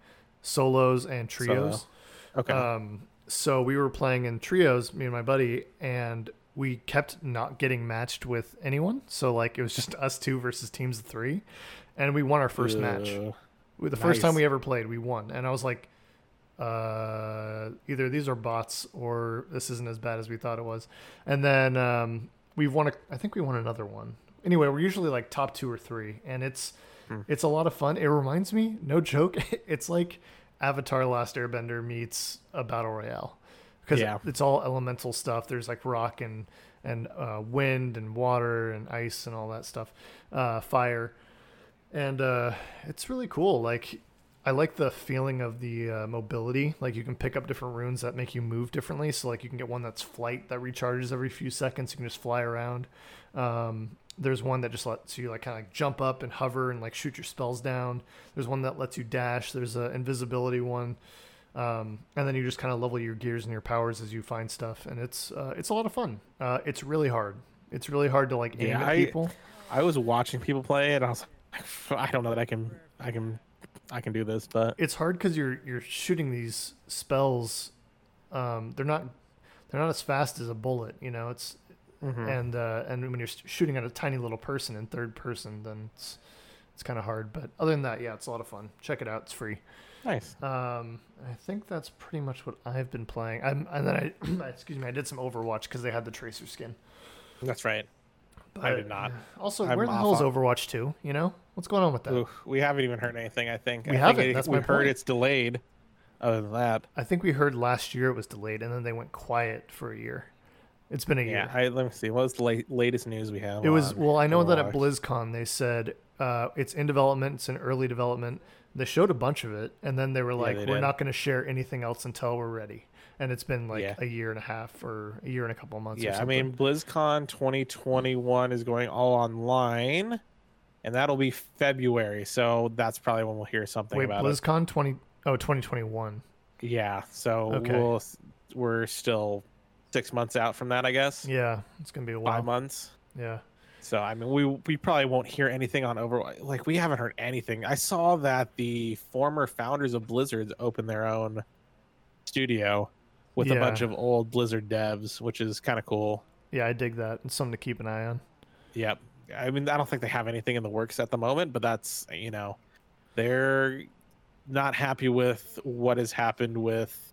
S2: solos and trios.
S1: Okay,
S2: Um, so we were playing in trios, me and my buddy, and we kept not getting matched with anyone. So like it was just us two versus teams of three, and we won our first match.
S1: Ugh.
S2: We- The first time
S1: Nice.
S2: we ever played, we won, and I was like, uh, either these are bots or this isn't as bad as we thought it was. And then um, we won. A, I think we won another one. Anyway, we're usually like top two or three, and it's it's a lot of fun. It reminds me, no joke, it's like Avatar: Last Airbender meets a battle royale because
S1: Yeah.
S2: it's all elemental stuff. There's like rock and and uh, wind and water and ice and all that stuff, uh, fire, and uh, it's really cool. Like I like the feeling of the uh, mobility. Like you can pick up different runes that make you move differently. So like you can get one that's flight that recharges every few seconds. You can just fly around. Um, there's one that just lets you like kind of jump up and hover and like shoot your spells down. There's one that lets you dash. There's an invisibility one, um, and then you just kind of level your gears and your powers as you find stuff. And it's uh, it's a lot of fun. Uh, it's really hard. It's really hard to like aim
S1: Yeah,
S2: at
S1: I-
S2: people.
S1: I was watching people play it. And I was like, I don't know that I can, I can, I can do this, but
S2: it's hard because you're you're shooting these spells. Um, they're not they're not as fast as a bullet. You know, it's
S1: Hmm.
S2: and uh, and when you're s- shooting at a tiny little person in third person, then it's it's kind of hard. But other than that, yeah, it's a lot of fun. Check it out; it's free.
S1: nice.
S2: Um, I think that's pretty much what I've been playing. I'm, and then I excuse me, I did some Overwatch because they had the Tracer skin.
S1: That's right. I did not.
S2: Also,
S1: I'm
S2: where the
S1: off
S2: hell is
S1: on-
S2: Overwatch two? You know, what's going on with that?
S1: Ooh, we haven't even heard anything. I think
S2: We
S1: I
S2: haven't,
S1: Think
S2: that's
S1: we
S2: my
S1: heard
S2: point.
S1: it's delayed. Other than that,
S2: I think we heard last year it was delayed, and then they went quiet for a year. It's been a year.
S1: yeah. I, let me see. What's the late, latest news we have? Um, uh,
S2: It was
S1: on
S2: well. I know that at
S1: Overwatch?
S2: BlizzCon they said uh, it's in development. It's in early development. They showed a bunch of it, and then they were like,
S1: they
S2: "We're
S1: did.
S2: not going to share anything else until we're ready." And it's been like
S1: Yeah.
S2: a year and a half, or a year and a couple of months. or
S1: Yeah, I
S2: something.
S1: mean, BlizzCon 2021 is going all online, and that'll be February. So that's probably when we'll hear something
S2: wait,
S1: about
S2: BlizzCon 20 oh 2021.
S1: it. Yeah, so
S2: Okay.
S1: we'll we're still six months out from that, I guess.
S2: Yeah, it's gonna be a while.
S1: Five months.
S2: Yeah,
S1: So I mean, we we probably won't hear anything on Overwatch. Like we haven't heard anything. I saw that the former founders of Blizzard opened their own studio with a
S2: Yeah.
S1: bunch of old Blizzard devs, which is kind of cool.
S2: yeah, I dig that. It's something to keep an eye on.
S1: Yep. I mean, I don't think they have anything in the works at the moment, but that's, you know, they're not happy with what has happened with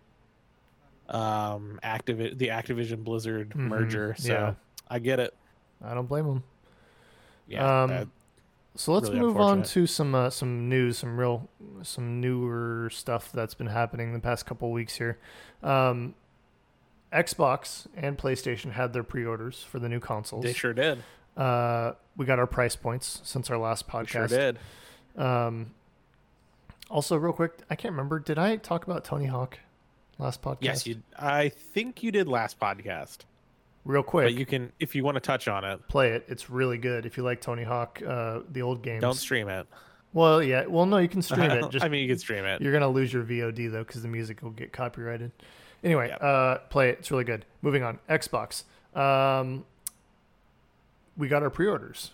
S1: um Activ- the Activision Blizzard
S2: Mhm,
S1: merger. So
S2: yeah.
S1: I get it.
S2: I don't blame them.
S1: Yeah.
S2: Um,
S1: that-
S2: So let's
S1: really
S2: move on
S1: unfortunate.
S2: to some uh, some news, some real some newer stuff that's been happening the past couple weeks here. Um, Xbox and PlayStation had their pre-orders for the new consoles.
S1: they sure did.
S2: Uh, we got our price points since our last
S1: They sure
S2: podcast.
S1: did.
S2: Um, also, real quick, I can't remember. Did I talk about Tony Hawk last podcast?
S1: Yes, you I think you did last podcast.
S2: Real quick,
S1: But you can if you want to touch on it,
S2: play it. It's really good. If you like Tony Hawk, uh, the old games.
S1: don't stream it.
S2: well, yeah. Well, no, you can stream it. Just
S1: I mean, you can stream it.
S2: You're gonna lose your VOD though, because the music will get copyrighted. Anyway, uh, play it. It's really good. Moving on. Xbox. Um, we got our pre-orders.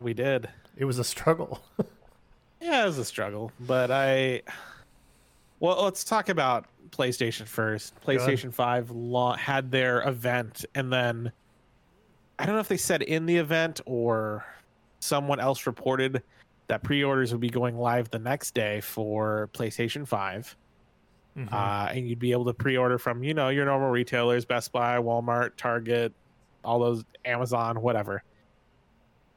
S1: We did.
S2: It was a struggle.
S1: Yeah, it was a struggle, but I. Well, let's talk about PlayStation first.
S2: ahead.
S1: PlayStation Five la- had their event, and then I don't know if they said in the event or someone else reported that pre-orders would be going live the next day for PlayStation Five,
S2: Mm-hmm.
S1: uh, and you'd be able to pre-order from you know your normal retailers, Best Buy, Walmart, Target, all those Amazon, whatever.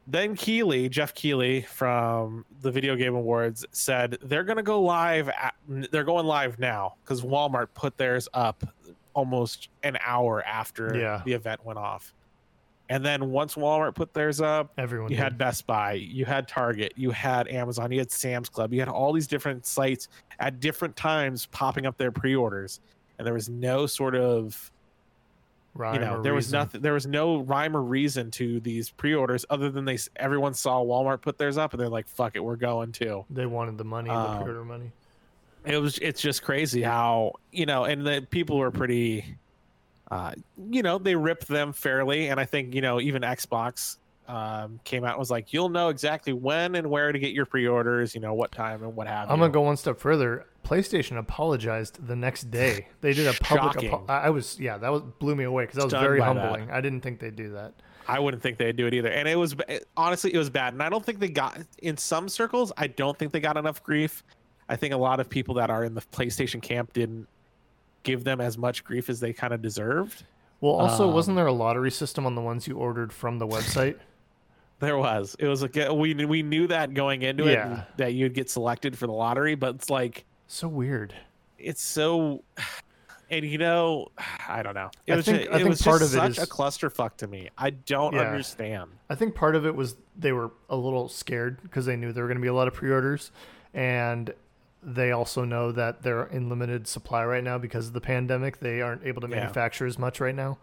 S1: Then Keeley, Jeff Keeley from the Video Game Awards, said they're going to go live. At, they're going live now because Walmart put theirs up almost an hour after
S2: Yeah.
S1: the event went off. And then once Walmart put theirs up,
S2: Everyone
S1: you
S2: did.
S1: had Best Buy, you had Target, you had Amazon, you had Sam's Club, you had all these different sites at different times popping up their pre-orders, and there was no sort of
S2: Rhyme
S1: you know
S2: or
S1: there was
S2: reason.
S1: nothing there was no rhyme or reason to these pre-orders other than they s- everyone saw Walmart put theirs up and they're like fuck it we're going to
S2: They wanted the money, the
S1: Um,
S2: pre-order money.
S1: it was it's just crazy how you know and the people were pretty uh you know they ripped them fairly and i think you know even xbox um came out and was like you'll know exactly when and where to get your pre-orders you know what time and what have
S2: I'm
S1: you
S2: gonna go one step further. PlayStation apologized the next day. They did a public.
S1: Shocking.
S2: Apo- I I was yeah, that was blew me away because that was
S1: Stunned
S2: very
S1: by that.
S2: humbling. I didn't think they'd do that.
S1: i wouldn't think they'd do it either and it was it- honestly it was bad and i don't think they got in some circles i don't think they got enough grief i think a lot of people that are in the playstation camp didn't give them as much grief as they kind of deserved
S2: Well, also, wasn't
S1: Um,
S2: there a lottery system on the ones you ordered from the website?
S1: There was. It was like uh, we we knew that going into it
S2: Yeah.
S1: that you'd get selected for the lottery, but it's like
S2: so weird.
S1: it's so. And you know, I don't know. It
S2: I
S1: was
S2: think-
S1: just,
S2: I
S1: it
S2: think
S1: was
S2: part
S1: just
S2: of it
S1: such a
S2: is-
S1: clusterfuck to me. I don't
S2: Yeah.
S1: understand.
S2: I think part of it was they were a little scared because they knew there were going to be a lot of pre-orders, and they also know that they're in limited supply right now because of the pandemic. They aren't able to
S1: Yeah. Mm-hmm.
S2: manufacture as much right now,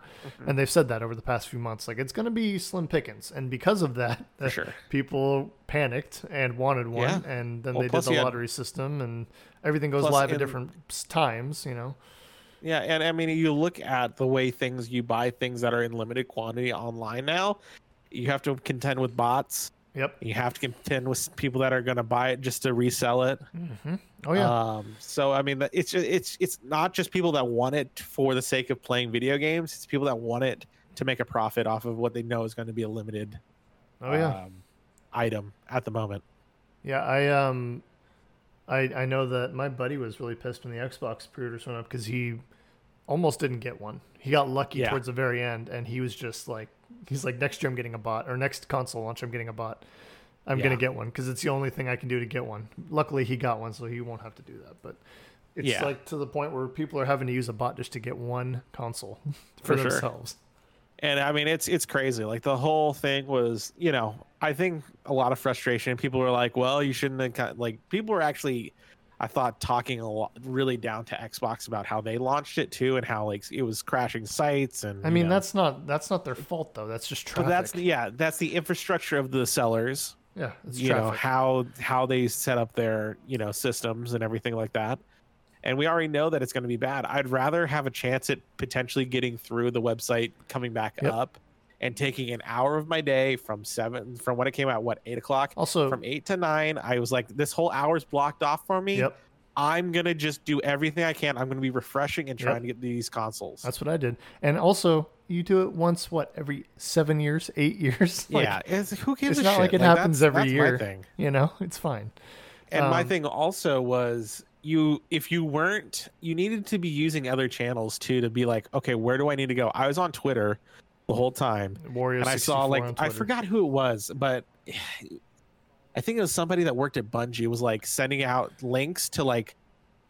S2: and they've said that over the past few months. Like it's going to be slim pickings, and because of that,
S1: For sure.
S2: people panicked and wanted one,
S1: Yeah.
S2: and then
S1: Well,
S2: they did
S1: plus
S2: the
S1: you had-
S2: lottery system, and everything goes
S1: plus
S2: live at
S1: in-
S2: different s- times. You know,
S1: Yeah, and I mean, you look at the way things you buy things that are in limited quantity online now. You have to contend with bots.
S2: yep.
S1: You have to contend with people that are going to buy it just to resell it.
S2: hmm Oh yeah,
S1: Um, so I mean, that- it's ju- it's it's not just people that want it for the sake of playing video games. It's people that want it to make a profit off of what they know is going to be a limited
S2: oh yeah.
S1: um, item at the moment.
S2: Yeah, I um, I I know that my buddy was really pissed when the Xbox pre-orders went up because he almost didn't get one. He got lucky
S1: Yeah.
S2: towards the very end, and he was just like, he's like, next year I'm getting a bot, or next console launch I'm getting a bot. I'm gonna
S1: Yeah.
S2: get one because it's the only thing I can do to get one. Luckily, he got one, so he won't have to do that. But it's
S1: Yeah.
S2: like to the point where people are having to use a bot just to get one console for,
S1: For sure.
S2: themselves.
S1: And I mean, it's it's crazy. Like the whole thing was, you know, I think a lot of frustration. People were like, "Well, you shouldn't have got-" like." People were actually, I thought, talking a lot, really down to Xbox about how they launched it too, and how like it was crashing sites. And
S2: I
S1: you
S2: mean,
S1: know.
S2: that's not that's not their fault though. That's just
S1: but
S2: traffic.
S1: that's yeah, that's the infrastructure of the sellers.
S2: yeah, it's
S1: you
S2: traffic.
S1: know how how they set up their you know systems and everything like that and we already know that it's going to be bad i'd rather have a chance at potentially getting through the website coming back
S2: Yep.
S1: up and taking an hour of my day from seven from when it came out what eight o'clock
S2: also,
S1: from eight to nine i was like this whole hour's blocked off for me
S2: yep.
S1: i'm going to just do everything i can i'm going to be refreshing and
S2: Yep.
S1: trying to get these consoles
S2: That's what I did. And also, you do it once, what, every seven years, eight years? Like,
S1: yeah it's, who gives
S2: It's
S1: a
S2: not
S1: shit?
S2: like it happens
S1: that's-
S2: every
S1: that's my
S2: year.
S1: thing.
S2: You know, it's fine.
S1: And my
S2: Um,
S1: thing also was you if you weren't you needed to be using other channels too to be like, okay, where do I need to go? I was on Twitter the whole time
S2: Wario
S1: and I saw like I forgot who it was, but I think it was somebody that worked at Bungie was like sending out links to like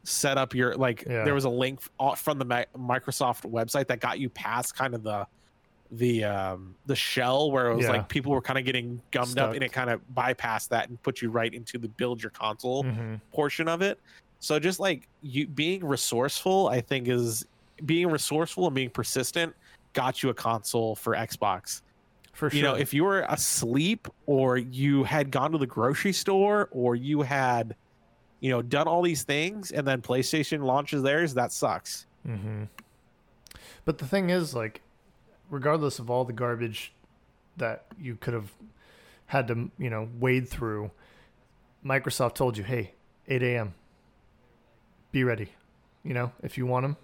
S1: set up your like
S2: Yeah.
S1: there was a link f- off from the Mi- Microsoft website that got you past kind of the the um the shell where it was
S2: Yeah.
S1: like people were kind of getting gummed up and
S2: Stuck.
S1: it kind of bypassed that and put you right into the build your console
S2: hmm
S1: portion of it. So just like you being resourceful, I think is being resourceful and being persistent got you a console for Xbox
S2: For sure.
S1: you know if you were asleep or you had gone to the grocery store or you had you know done all these things and then playstation launches theirs that sucks
S2: hmm But the thing is, like, regardless of all the garbage that you could have had to, you know, wade through, Microsoft told you, hey, 8 a.m., be ready. You know, if you want them,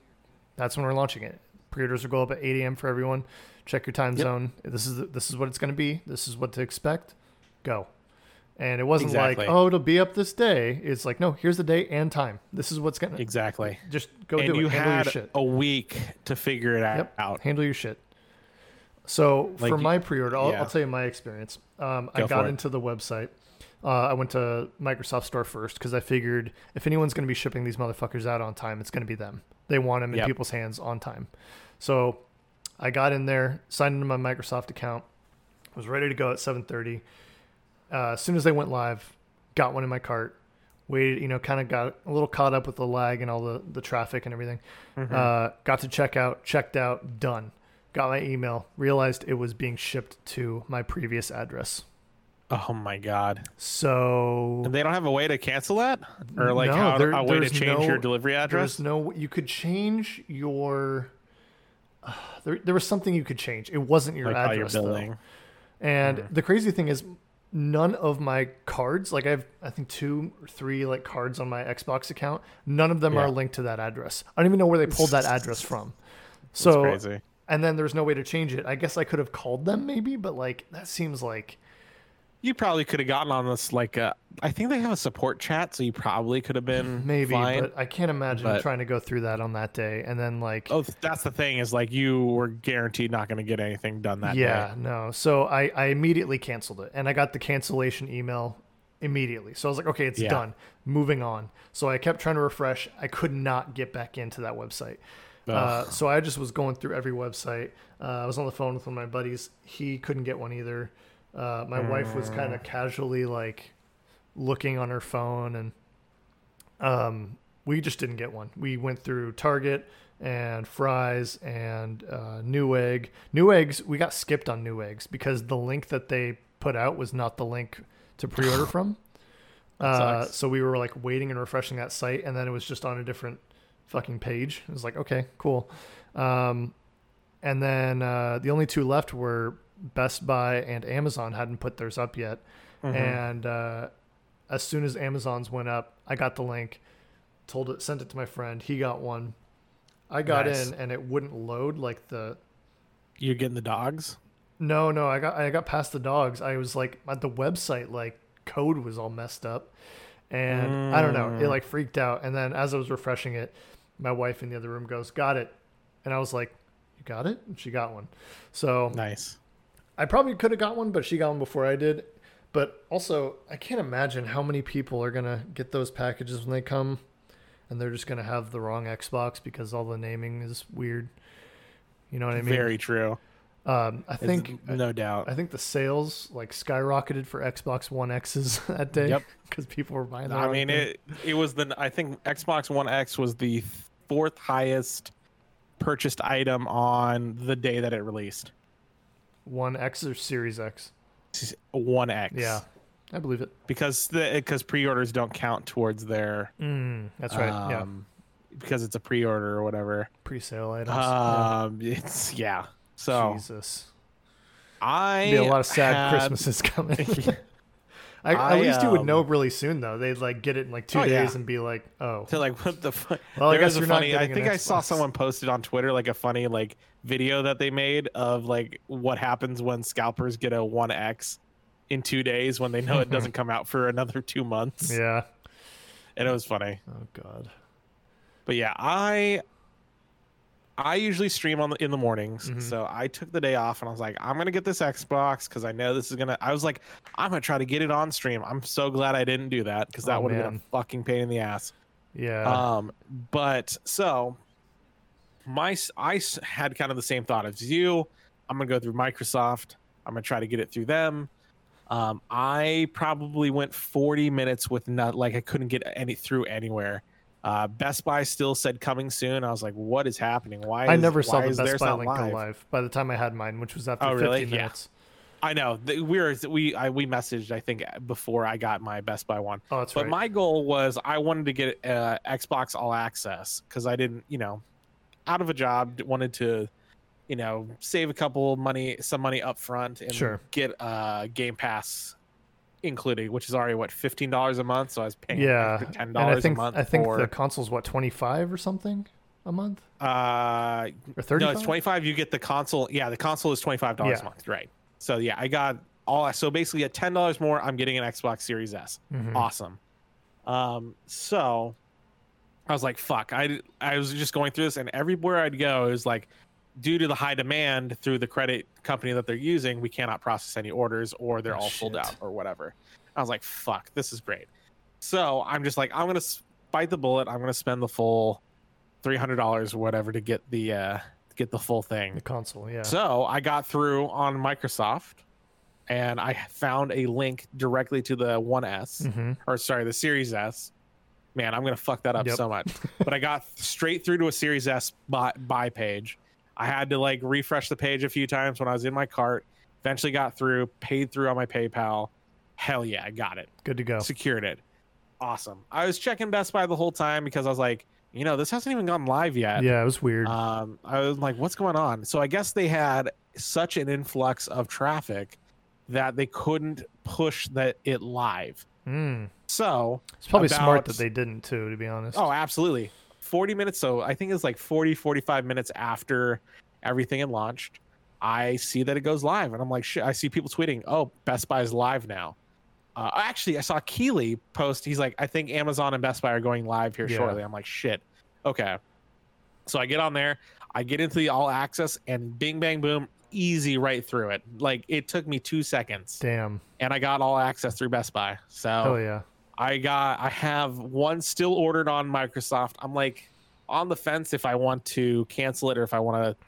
S2: that's when we're launching it. Pre-orders will go up at 8 a.m. for everyone. Check your time
S1: Yep.
S2: zone. This is this is what it's going to be. This is what to expect. Go. And it wasn't
S1: Exactly.
S2: like, oh, it'll be up this day. It's like, no, here's the day and time. This is what's going to
S1: exactly
S2: just go
S1: and
S2: do
S1: you
S2: it. Handle your
S1: had
S2: shit.
S1: a week to figure it
S2: Yep.
S1: out
S2: Handle your shit. So
S1: Like,
S2: for my pre-order, I'll,
S1: yeah.
S2: I'll tell you my experience. Um, I
S1: Go for
S2: got
S1: it.
S2: into the website. Uh, I went to Microsoft Store first because I figured if anyone's going to be shipping these motherfuckers out on time, it's going to be them. They want them in
S1: Yep.
S2: people's hands on time. So I got in there, signed into my Microsoft account, was ready to go at 7:30. Uh, as soon as they went live, got one in my cart. Waited, you know, kind of got a little caught up with the lag and all the the traffic and everything.
S1: Mm-hmm.
S2: Uh, got to checkout, checked out, done. Got my email, realized it was being shipped to my previous address.
S1: Oh my god!
S2: So
S1: And they don't have a way to cancel that, or like
S2: No,
S1: how
S2: there-
S1: a way to
S2: there's
S1: change your
S2: no-
S1: delivery address.
S2: There's no you could change your there, there was something you could change. It wasn't your
S1: like how you're
S2: address
S1: billing.
S2: though. And the crazy thing is none of my cards, like I have I think two or three like cards on my Xbox account, none of them
S1: Yeah.
S2: are linked to that address. I don't even know where they pulled that address from. So
S1: Crazy.
S2: and then there's no way to change it. I guess I could have called them maybe, but like that seems like
S1: You probably could have gotten on this like uh, I think they have a support chat, so you probably could have been
S2: maybe,
S1: fine.
S2: but I can't imagine
S1: but-
S2: trying to go through that on that day and then like
S1: Oh, that's the thing is like you were guaranteed not going to get anything done that day.
S2: yeah no so I, I immediately canceled it and i got the cancellation email immediately so i was like okay it's
S1: Yeah.
S2: done moving on so i kept trying to refresh i could not get back into that website uh, so i just was going through every website uh, i was on the phone with one of my buddies he couldn't get one either uh, my wife was kind
S1: Mm.
S2: of casually like looking on her phone and um, we just didn't get one. We went through Target and Fry's and uh, Newegg. Newegg's we got skipped on Newegg's because the link that they put out was not the link to pre-order from. Uh,
S1: sucks.
S2: so we were like waiting and refreshing that site, and then it was just on a different fucking page. It was like, okay, cool. Um, and then uh, the only two left were Best Buy and Amazon hadn't put theirs up yet. And uh, as soon as Amazon's went up, I got the link, told it, sent it to my friend. He got one. I got
S1: Nice.
S2: in, and it wouldn't load like the.
S1: You're getting the dogs.
S2: No, no, I got I got past the dogs. I was like at the website, like code was all messed up, and I don't know. It like freaked out. And then as I was refreshing it, my wife in the other room goes, "Got it," and I was like, "You got it?" And she got one. So
S1: Nice.
S2: I probably could have got one, but she got one before I did. But also, I can't imagine how many people are gonna get those packages when they come, and they're just gonna have the wrong Xbox because all the naming is weird. You know what I mean?
S1: Very true.
S2: Um, I
S1: It's-
S2: think
S1: no doubt.
S2: I think the sales like skyrocketed for Xbox One X's that day
S1: Yep.
S2: because people were buying. the
S1: I
S2: wrong
S1: mean,
S2: thing.
S1: it it was the I think Xbox One X was the fourth highest purchased item on the day that it released.
S2: One X or Series X.
S1: One X.
S2: Yeah, I believe it.
S1: Because the because pre-orders don't count towards their
S2: Mm, that's right. yeah,
S1: um, because it's a pre-order or whatever.
S2: pre-sale items. Yeah.
S1: Um, it's yeah. So
S2: Jesus.
S1: I
S2: be a lot of sad
S1: had-
S2: Christmases coming. I, at
S1: I,
S2: least you would know
S1: um,
S2: really soon though. They'd like get it in like two
S1: Oh, yeah.
S2: days and be like, "Oh,
S1: They're like, what the fuck?
S2: Well, I
S1: There
S2: guess
S1: was a
S2: you're not
S1: funny. I
S2: getting an
S1: think I saw
S2: Xbox.
S1: someone posted on Twitter like a funny like video that they made of like what happens when scalpers get a one X in two days when they know it doesn't come out for another two months,
S2: yeah,
S1: and it was funny.
S2: oh god,
S1: But yeah, I I usually stream on the, in the mornings,
S2: Mhm.
S1: so I took the day off and I was like, I'm gonna get this Xbox because I know this is gonna. I was like, I'm gonna try to get it on stream. I'm so glad I didn't do that because that
S2: Oh,
S1: would have been
S2: man.
S1: a fucking pain in the ass.
S2: yeah,
S1: Um, but so my s- I s- had kind of the same thought as you. I'm gonna go through Microsoft. I'm gonna try to get it through them. Um, I probably went 40 minutes with not like I couldn't get any through anywhere. Uh, Best Buy still said coming soon. I was like, what is happening? Why?
S2: I
S1: is-
S2: never saw
S1: why
S2: the
S1: is
S2: Best
S1: theirs
S2: Buy
S1: not
S2: link
S1: live?
S2: go live by the time I had mine, which was after
S1: Oh,
S2: 50
S1: really? Yeah.
S2: minutes.
S1: I know th- we were we I we messaged I think before I got my Best Buy one.
S2: Oh, that's
S1: but
S2: right.
S1: my goal was I wanted to get uh, Xbox All Access because I didn't, you know, out of a job, d- wanted to, you know, save a couple money, some money up front, and
S2: Sure.
S1: get uh, Game Pass included, which is already what fifteen dollars a month. So I was paying
S2: yeah,
S1: extra ten
S2: And I
S1: dollars a
S2: think
S1: month
S2: I think
S1: for
S2: the console's what 25 or something a month
S1: uh,
S2: or 30.
S1: no, it's twenty five. You get the console. Yeah, the console is twenty five dollars
S2: Yeah.
S1: a month, right? So yeah, I got all. So basically, at ten dollars more, I'm getting an Xbox Series S
S2: Hmm. Mm-hmm.
S1: awesome. Um, so I was like, fuck. I I was just going through this, and everywhere I'd go, it was like, due to the high demand through the credit company that they're using, we cannot process any orders, or they're
S2: Oh,
S1: all sold
S2: shit.
S1: out, or whatever. I was like, fuck, this is great. So I'm just like, I'm gonna s- bite the bullet. I'm gonna spend the full three hundred dollars or whatever to get the uh, get the full thing.
S2: The console, yeah.
S1: So I got through on Microsoft and I found a link directly to the 1S
S2: Mhm.
S1: or sorry, the Series S. Man, I'm going to fuck that up
S2: Yep.
S1: so much. but I got straight through to a Series S buy, buy page. I had to like refresh the page a few times when I was in my cart. Eventually got through, paid through on my PayPal, Hell yeah, I got it.
S2: Good to go.
S1: Secured it. Awesome. I was checking Best Buy the whole time because I was like, you know, this hasn't even gone live yet.
S2: Yeah, it was weird.
S1: Um, I was like, what's going on? So I guess they had such an influx of traffic that they couldn't push that it live.
S2: Mm.
S1: So
S2: It's probably smart
S1: about-
S2: that they didn't too, to be honest.
S1: Oh, absolutely. 40 minutes. So I think it's like 40, 45 minutes after everything had launched. I see that it goes live and I'm like, shit, I see people tweeting, oh, Best Buy is live now. Uh, actually, I saw Keeley post, he's like, I think Amazon and Best Buy are going live here
S2: Yeah.
S1: shortly. I'm like, shit. Okay. So I get on there, I get into the all access and bing, bang, boom, easy right through it. Like it took me two seconds
S2: Damn.
S1: and I got all access through Best Buy. So
S2: Hell yeah.
S1: I got I have one still ordered on Microsoft. I'm like on the fence if I want to cancel it or if I want to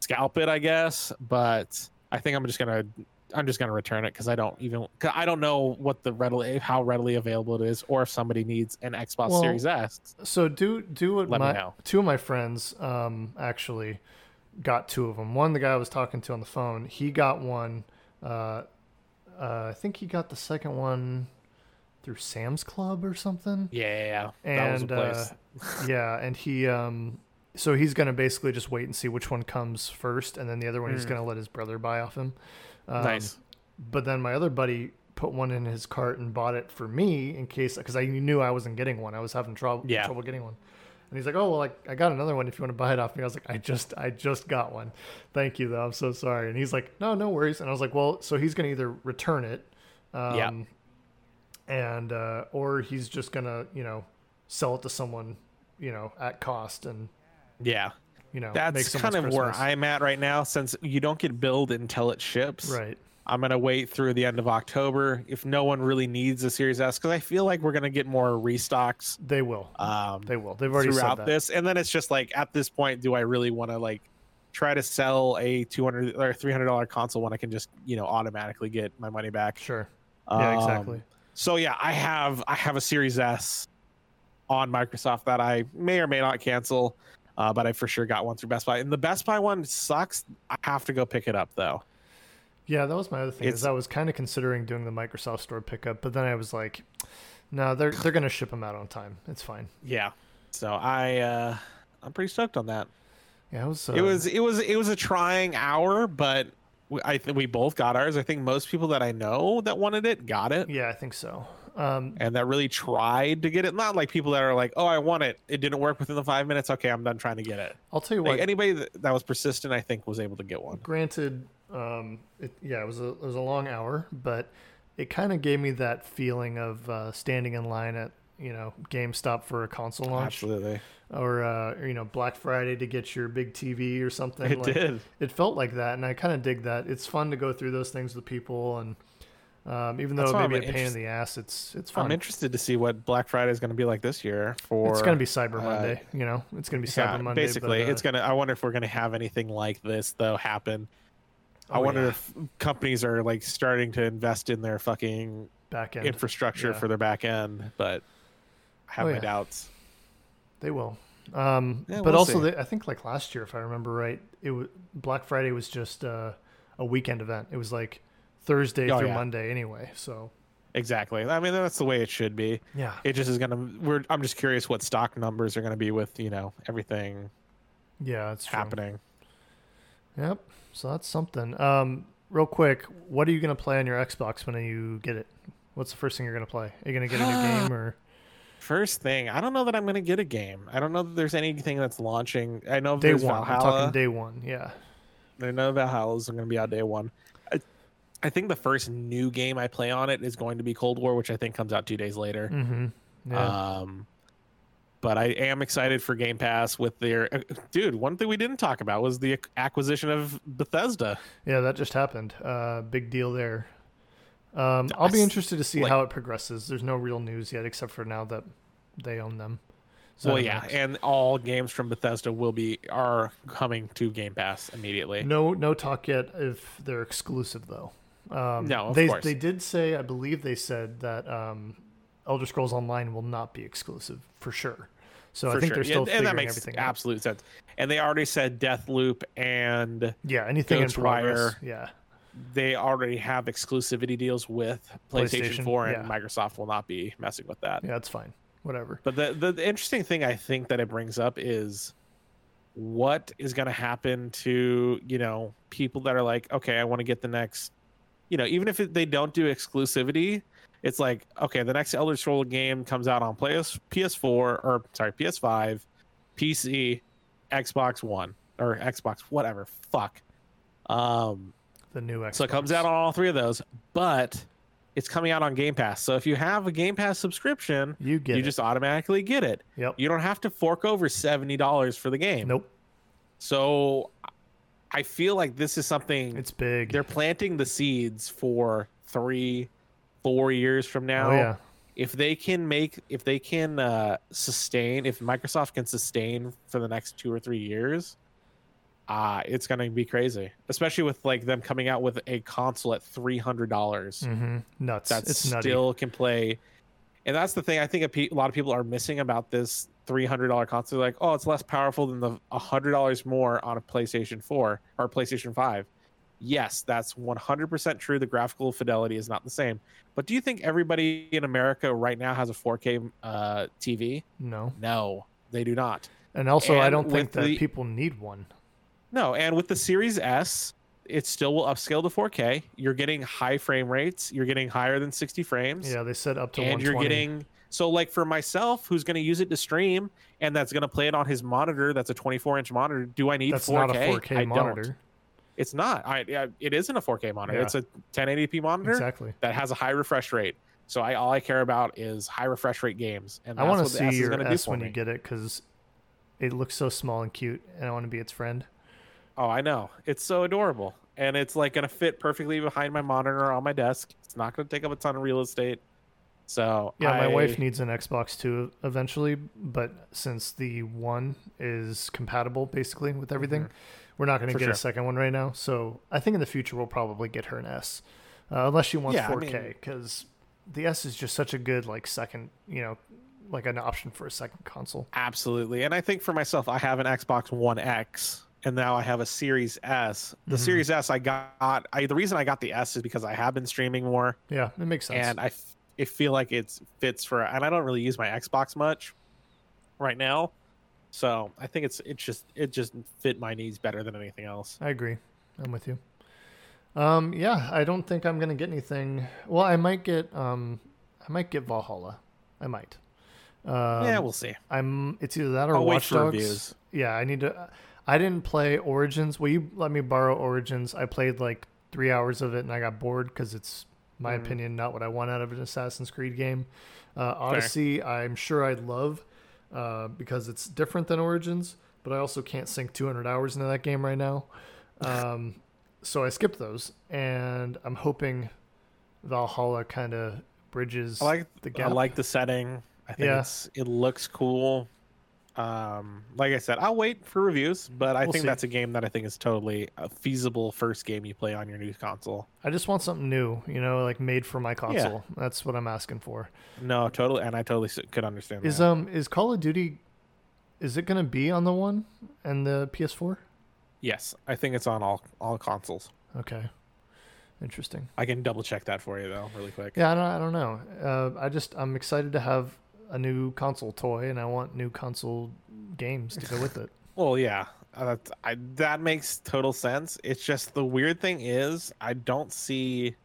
S1: scalp it, I guess, but I think I'm just going to I'm just going to return it cuz I don't even 'cause I don't know what the readily how readily available it is or if somebody needs an Xbox
S2: Well,
S1: Series X.
S2: So do do what
S1: Let me
S2: my
S1: know.
S2: two of my friends um actually got two of them. One the guy I was talking to on the phone, he got one. Uh, uh I think he got the second one through Sam's Club or something.
S1: Yeah.
S2: And
S1: that was a place.
S2: uh, yeah, and he um so he's gonna basically just wait and see which one comes first, and then the other one he's
S1: Mm.
S2: gonna let his brother buy off him. Um,
S1: nice.
S2: but then my other buddy put one in his cart and bought it for me in case because I knew I wasn't getting one. I was having trouble
S1: Yeah.
S2: trouble getting one. And he's like, "Oh well, I, I got another one. If you want to buy it off me," I was like, "I just, I just got one. Thank you, though. I'm so sorry." And he's like, "No, no worries." And I was like, "Well, so he's gonna either return it,
S1: Yeah.
S2: um, and uh, or he's just gonna, you know, sell it to someone, you know, at cost, and
S1: Yeah.
S2: you know, make
S1: That's
S2: someone's
S1: kind of where
S2: Christmas.
S1: I'm at right now since you don't get billed until it ships.
S2: right.
S1: I'm gonna wait through the end of October if no one really needs a Series S because I feel like we're gonna get more restocks
S2: They will.
S1: um,
S2: They will. They've already said
S1: throughout
S2: that.
S1: this, and then it's just like at this point, do I really want to like try to sell a 200 or 300 dollar console when I can just you know automatically get my money back?
S2: Sure. Yeah.
S1: Um,
S2: Exactly.
S1: so yeah, I have I have a Series S on Microsoft that I may or may not cancel, uh, but I for sure got one through Best Buy, and the Best Buy one sucks. I have to go pick it up though.
S2: Yeah, that was my other thing. Is
S1: It's-
S2: I was kind of considering doing the Microsoft Store pickup, but then I was like, no, they're they're gonna ship them out on time. It's fine.
S1: Yeah, so I uh, I'm pretty stoked on that.
S2: Yeah, it was. Uh,
S1: it was it was it was a trying hour but we, i think we both got ours i think most people that i know that wanted it got it
S2: Yeah, I think so. Um,
S1: and that really tried to get it not like people that are like oh i want it it didn't work within the five minutes okay i'm done trying to get it
S2: I'll tell you what.
S1: like anybody that, that was persistent i think was able to get one
S2: granted, um, it, yeah, it was a it was a long hour, but it kind of gave me that feeling of uh, standing in line at you know GameStop for a console launch,
S1: absolutely
S2: or uh, or, you know Black Friday to get your big TV or something.
S1: it
S2: like,
S1: did
S2: It felt like that, and I kind of dig that. It's fun to go through those things with people, and um, even though
S1: That's
S2: it
S1: why
S2: may
S1: I'm
S2: be a pain in
S1: interest-
S2: the ass, it's it's
S1: i'm
S2: fun.
S1: interested to see what black friday is going to be like this year for
S2: it's gonna be Cyber
S1: uh,
S2: Monday, you know. It's gonna be
S1: Yeah,
S2: Cyber Monday.
S1: basically
S2: but, uh,
S1: it's gonna i wonder if we're gonna have anything like this though happen i
S2: Oh,
S1: wonder
S2: yeah.
S1: if companies are like starting to invest in their fucking
S2: back end.
S1: infrastructure
S2: yeah.
S1: for their back end, but I have
S2: Oh,
S1: my
S2: yeah.
S1: doubts.
S2: they will. Um,
S1: Yeah,
S2: but
S1: we'll
S2: also,
S1: see.
S2: the, I think like last year, if I remember right, it was Black Friday was just uh, a weekend event. It was like Thursday
S1: Oh,
S2: through
S1: yeah.
S2: Monday anyway. So
S1: Exactly. I mean, that's the way it should be.
S2: yeah,
S1: It just is gonna. We're. I'm just curious what stock numbers are gonna be with you know everything
S2: yeah, it's true.
S1: happening.
S2: Yep. So that's something. Um, real quick, what are you gonna play on your Xbox when you get it? What's the first thing you're gonna play? Are you gonna get a new game or?
S1: First thing, I don't know that I'm gonna get a game. I don't know that there's anything that's launching. I know if
S2: Day
S1: there's
S2: one. I'm
S1: Valhalla.
S2: talking day one. Yeah.
S1: I know Valhalla's gonna be out day one. I, I think the first new game I play on it is going to be Cold War, which I think comes out two days later.
S2: Mm-hmm. Yeah.
S1: Um, but I am excited for Game Pass with their uh, dude. One thing we didn't talk about was the ac- acquisition of Bethesda.
S2: yeah, that just happened. Uh, big deal there. Um, I'll be
S1: Nice.
S2: interested to see
S1: Like-
S2: how it progresses. There's no real news yet, except for now that they own them. So
S1: well,
S2: I don't
S1: yeah,
S2: know.
S1: and all games from Bethesda will be are coming to Game Pass immediately.
S2: No, no talk yet if they're exclusive though. Um,
S1: No, of
S2: they
S1: course.
S2: they did say, I believe they said that um, Elder Scrolls Online will not be exclusive for sure. So I
S1: for
S2: think
S1: sure.
S2: they're
S1: Yeah,
S2: still
S1: and
S2: figuring
S1: that makes
S2: everything out.
S1: absolute sense. And they already said Deathloop and
S2: Yeah, anything in
S1: Ghostwire.
S2: progress. Yeah,
S1: they already have exclusivity deals with PlayStation,
S2: PlayStation,
S1: 4, and
S2: yeah.
S1: Microsoft will not be messing with that.
S2: Yeah, it's fine. Whatever.
S1: But the, the the interesting thing I think that it brings up is what is going to happen to you know people that are like, okay, I want to get the next, you know, even if it, they don't do exclusivity, it's like, okay, the next Elder Scroll game comes out on PS PS4 or sorry PS5, PC, Xbox One or Xbox whatever, fuck. Um,
S2: The new Xbox.
S1: so it comes out on all three of those, but it's coming out on Game Pass. So if you have a Game Pass subscription,
S2: You get
S1: you
S2: it.
S1: just automatically get it.
S2: Yep.
S1: You don't have to fork over seventy dollars for the game.
S2: Nope.
S1: So I feel like this is something
S2: It's big.
S1: they're planting the seeds for three, four years from now.
S2: oh yeah.
S1: If they can make, if they can uh, sustain, if Microsoft can sustain for the next two or three years, uh, it's gonna be crazy. Especially with like them coming out with a console at three hundred dollars
S2: Mm-hmm. Nuts.
S1: that
S2: it's nutty.
S1: still can play. And that's the thing I think a, pe- a lot of people are missing about this $300 console. They're Like, oh, it's less powerful than the $100 more on a PlayStation 4 or PlayStation 5. Yes, that's 100% true. The graphical fidelity is not the same. But do you think everybody in America right now has a 4K uh, TV?
S2: no.
S1: No, they do not.
S2: And also, I
S1: And
S2: don't think
S1: with
S2: that
S1: the-
S2: people need one.
S1: No, and with the Series S, it still will upscale to 4K. You're getting high frame rates. You're getting higher than 60 frames.
S2: Yeah, they said up to
S1: and
S2: 120.
S1: you're getting so like for myself who's going to use it to stream and that's going to play it on his monitor that's a 24 inch monitor do i need
S2: That's
S1: 4k
S2: not a 4K
S1: I
S2: monitor.
S1: don't. it's not I, I it isn't a 4k monitor
S2: Yeah.
S1: it's a 1080p monitor
S2: Exactly.
S1: that has a high refresh rate so i all i care about is high refresh rate games and
S2: I
S1: that's
S2: want to
S1: what the
S2: see
S1: S is
S2: your
S1: going to do
S2: S
S1: for
S2: when
S1: me
S2: you get it because it looks so small and cute, and I want to be its friend.
S1: oh i know it's so adorable and it's like going to fit perfectly behind my monitor on my desk it's not going to take up a ton of real estate so
S2: Yeah, my
S1: I-
S2: wife needs an Xbox too eventually, but since the one is compatible basically with everything, we're not going
S1: Mm-hmm.
S2: to
S1: For
S2: get
S1: sure.
S2: a second one right now. So I think in the future we'll probably get her an S, uh, unless she wants
S1: Yeah, I
S2: 4K
S1: mean-
S2: because the S is just such a good like second, you know, like an option for a second console.
S1: Absolutely. And I think for myself, I have an Xbox One X and now I have a Series S. The Series S I got, I, the reason I got the S is because I have been streaming more
S2: Yeah, it makes sense.
S1: and I, f- I feel like it's fits for, and I don't really use my Xbox much right now. So I think it's, it's just, it just fit my needs better than anything else.
S2: I agree. I'm with you. Um, yeah, I don't think I'm gonna get anything. Well, I might get um, I might get Valhalla. I might. Um,
S1: yeah, we'll see.
S2: I'm. It's either that or
S1: I'll wait
S2: Watch
S1: for
S2: Dogs.
S1: reviews.
S2: Yeah, I need to. I didn't play Origins. Will you let me borrow Origins? I played like three hours of it and I got bored because it's my
S1: Mm.
S2: opinion, not what I want out of an Assassin's Creed game. Uh, Odyssey, I'm sure I'd love uh, because it's different than Origins, but I also can't sink 200 hours into that game right now. Um, so I skipped those, and I'm hoping Valhalla kind of bridges
S1: I like,
S2: the
S1: I
S2: gap.
S1: like the setting. I think
S2: Yeah.
S1: it's, it looks cool. Um, like I said, I'll wait for reviews, but I
S2: We'll
S1: think
S2: see.
S1: that's a game that I think is totally a feasible first game you play on your new console.
S2: I just want something new, you know, like made for my console. That's what I'm asking for.
S1: No, totally, and I totally s- could understand
S2: Is
S1: that.
S2: um is Call of Duty is it going to be on the one and the PS4?
S1: yes, I think it's on all all consoles.
S2: Okay. Interesting.
S1: I can double check that for you though, really quick.
S2: Yeah, I don't, I don't know. Uh, I just I'm excited to have a new console toy and I want new console games to go with it.
S1: Well, yeah, uh, that's, I, that makes total sense. It's just the weird thing is I don't see,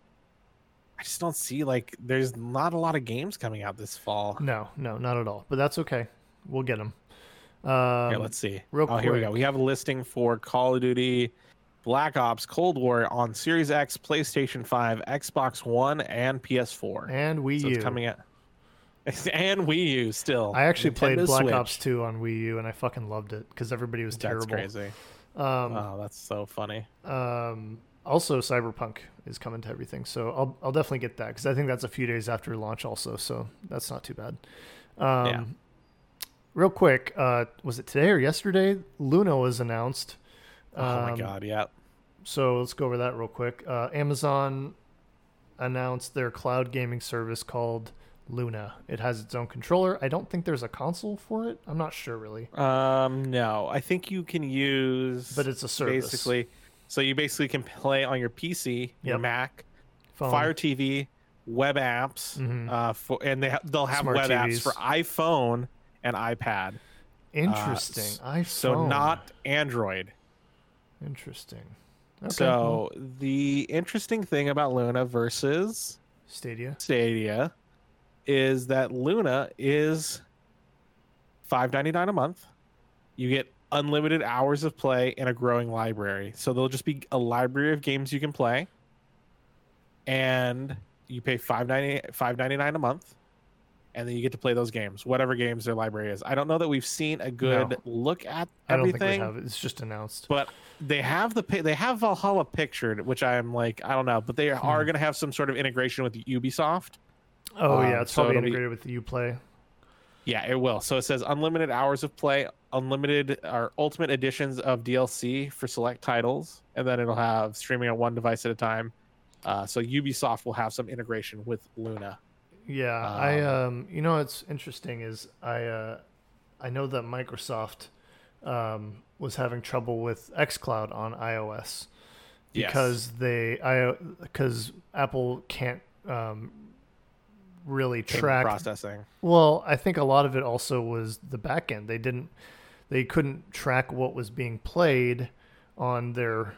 S1: I just don't see like there's not a lot of games coming out this fall.
S2: No, no, not at all. But that's okay. We'll get them. Um,
S1: Here, let's see.
S2: real
S1: oh, here we go.
S2: quick.
S1: We have a listing for Call of Duty, Black Ops, Cold War on Series X, PlayStation Five, Xbox One, and PS4.
S2: and Wii
S1: So
S2: U.
S1: it's coming out. And Wii U still.
S2: I actually played
S1: Nintendo
S2: Black
S1: Switch.
S2: Ops 2 on Wii U and I fucking loved it because everybody was
S1: That's
S2: terrible.
S1: crazy.
S2: Um,
S1: wow, that's so funny.
S2: Um, also, Cyberpunk is coming to everything, so I'll I'll definitely get that because I think that's a few days after launch, also. So that's not too bad. Um,
S1: Yeah.
S2: Real quick, uh, was it today or yesterday? Luna was announced.
S1: Oh my
S2: Um,
S1: god, yeah.
S2: So let's go over that real quick. Uh, Amazon announced their cloud gaming service called Luna. It has its own controller. I don't think there's a console for it. I'm not sure really,
S1: Um no, I think you can use
S2: but it's a service.
S1: basically So you basically can play on your PC, your
S2: Yep.
S1: Mac,
S2: Phone.
S1: Fire TV, web apps,
S2: Mhm.
S1: uh, for, and they ha- they'll have
S2: Smart
S1: web apps
S2: TVs.
S1: for iPhone and iPad.
S2: Interesting. iPhone.
S1: So not Android.
S2: interesting. Okay. well,
S1: So the interesting thing about Luna versus
S2: Stadia.
S1: Stadia is that Luna is five ninety nine a month. You get unlimited hours of play and a growing library. So there'll just be a library of games you can play. And you pay five ninety five ninety nine a month. And then you get to play those games, whatever games their library is. I don't know that we've seen a good
S2: No.
S1: look at
S2: I don't
S1: everything
S2: think we have it. It's just announced.
S1: but they have the pi- they have Valhalla pictured, which I'm like I don't know, but they
S2: Hmm.
S1: are going to have some sort of integration with Ubisoft.
S2: Oh
S1: um,
S2: yeah, it's
S1: so
S2: probably
S1: it'll be-
S2: integrated with the UPlay.
S1: Yeah, it will. So it says unlimited hours of play, unlimited or ultimate editions of DLC for select titles, and then it'll have streaming on one device at a time. Uh, so Ubisoft will have some integration with Luna.
S2: Yeah,
S1: Ah.
S2: I um, you know what's interesting is I uh, I know that Microsoft um, was having trouble with XCloud on iOS
S1: Yes.
S2: because they I because Apple can't um, really track.
S1: processing.
S2: Well, I think a lot of it also was the back end. They didn't they couldn't track what was being played on their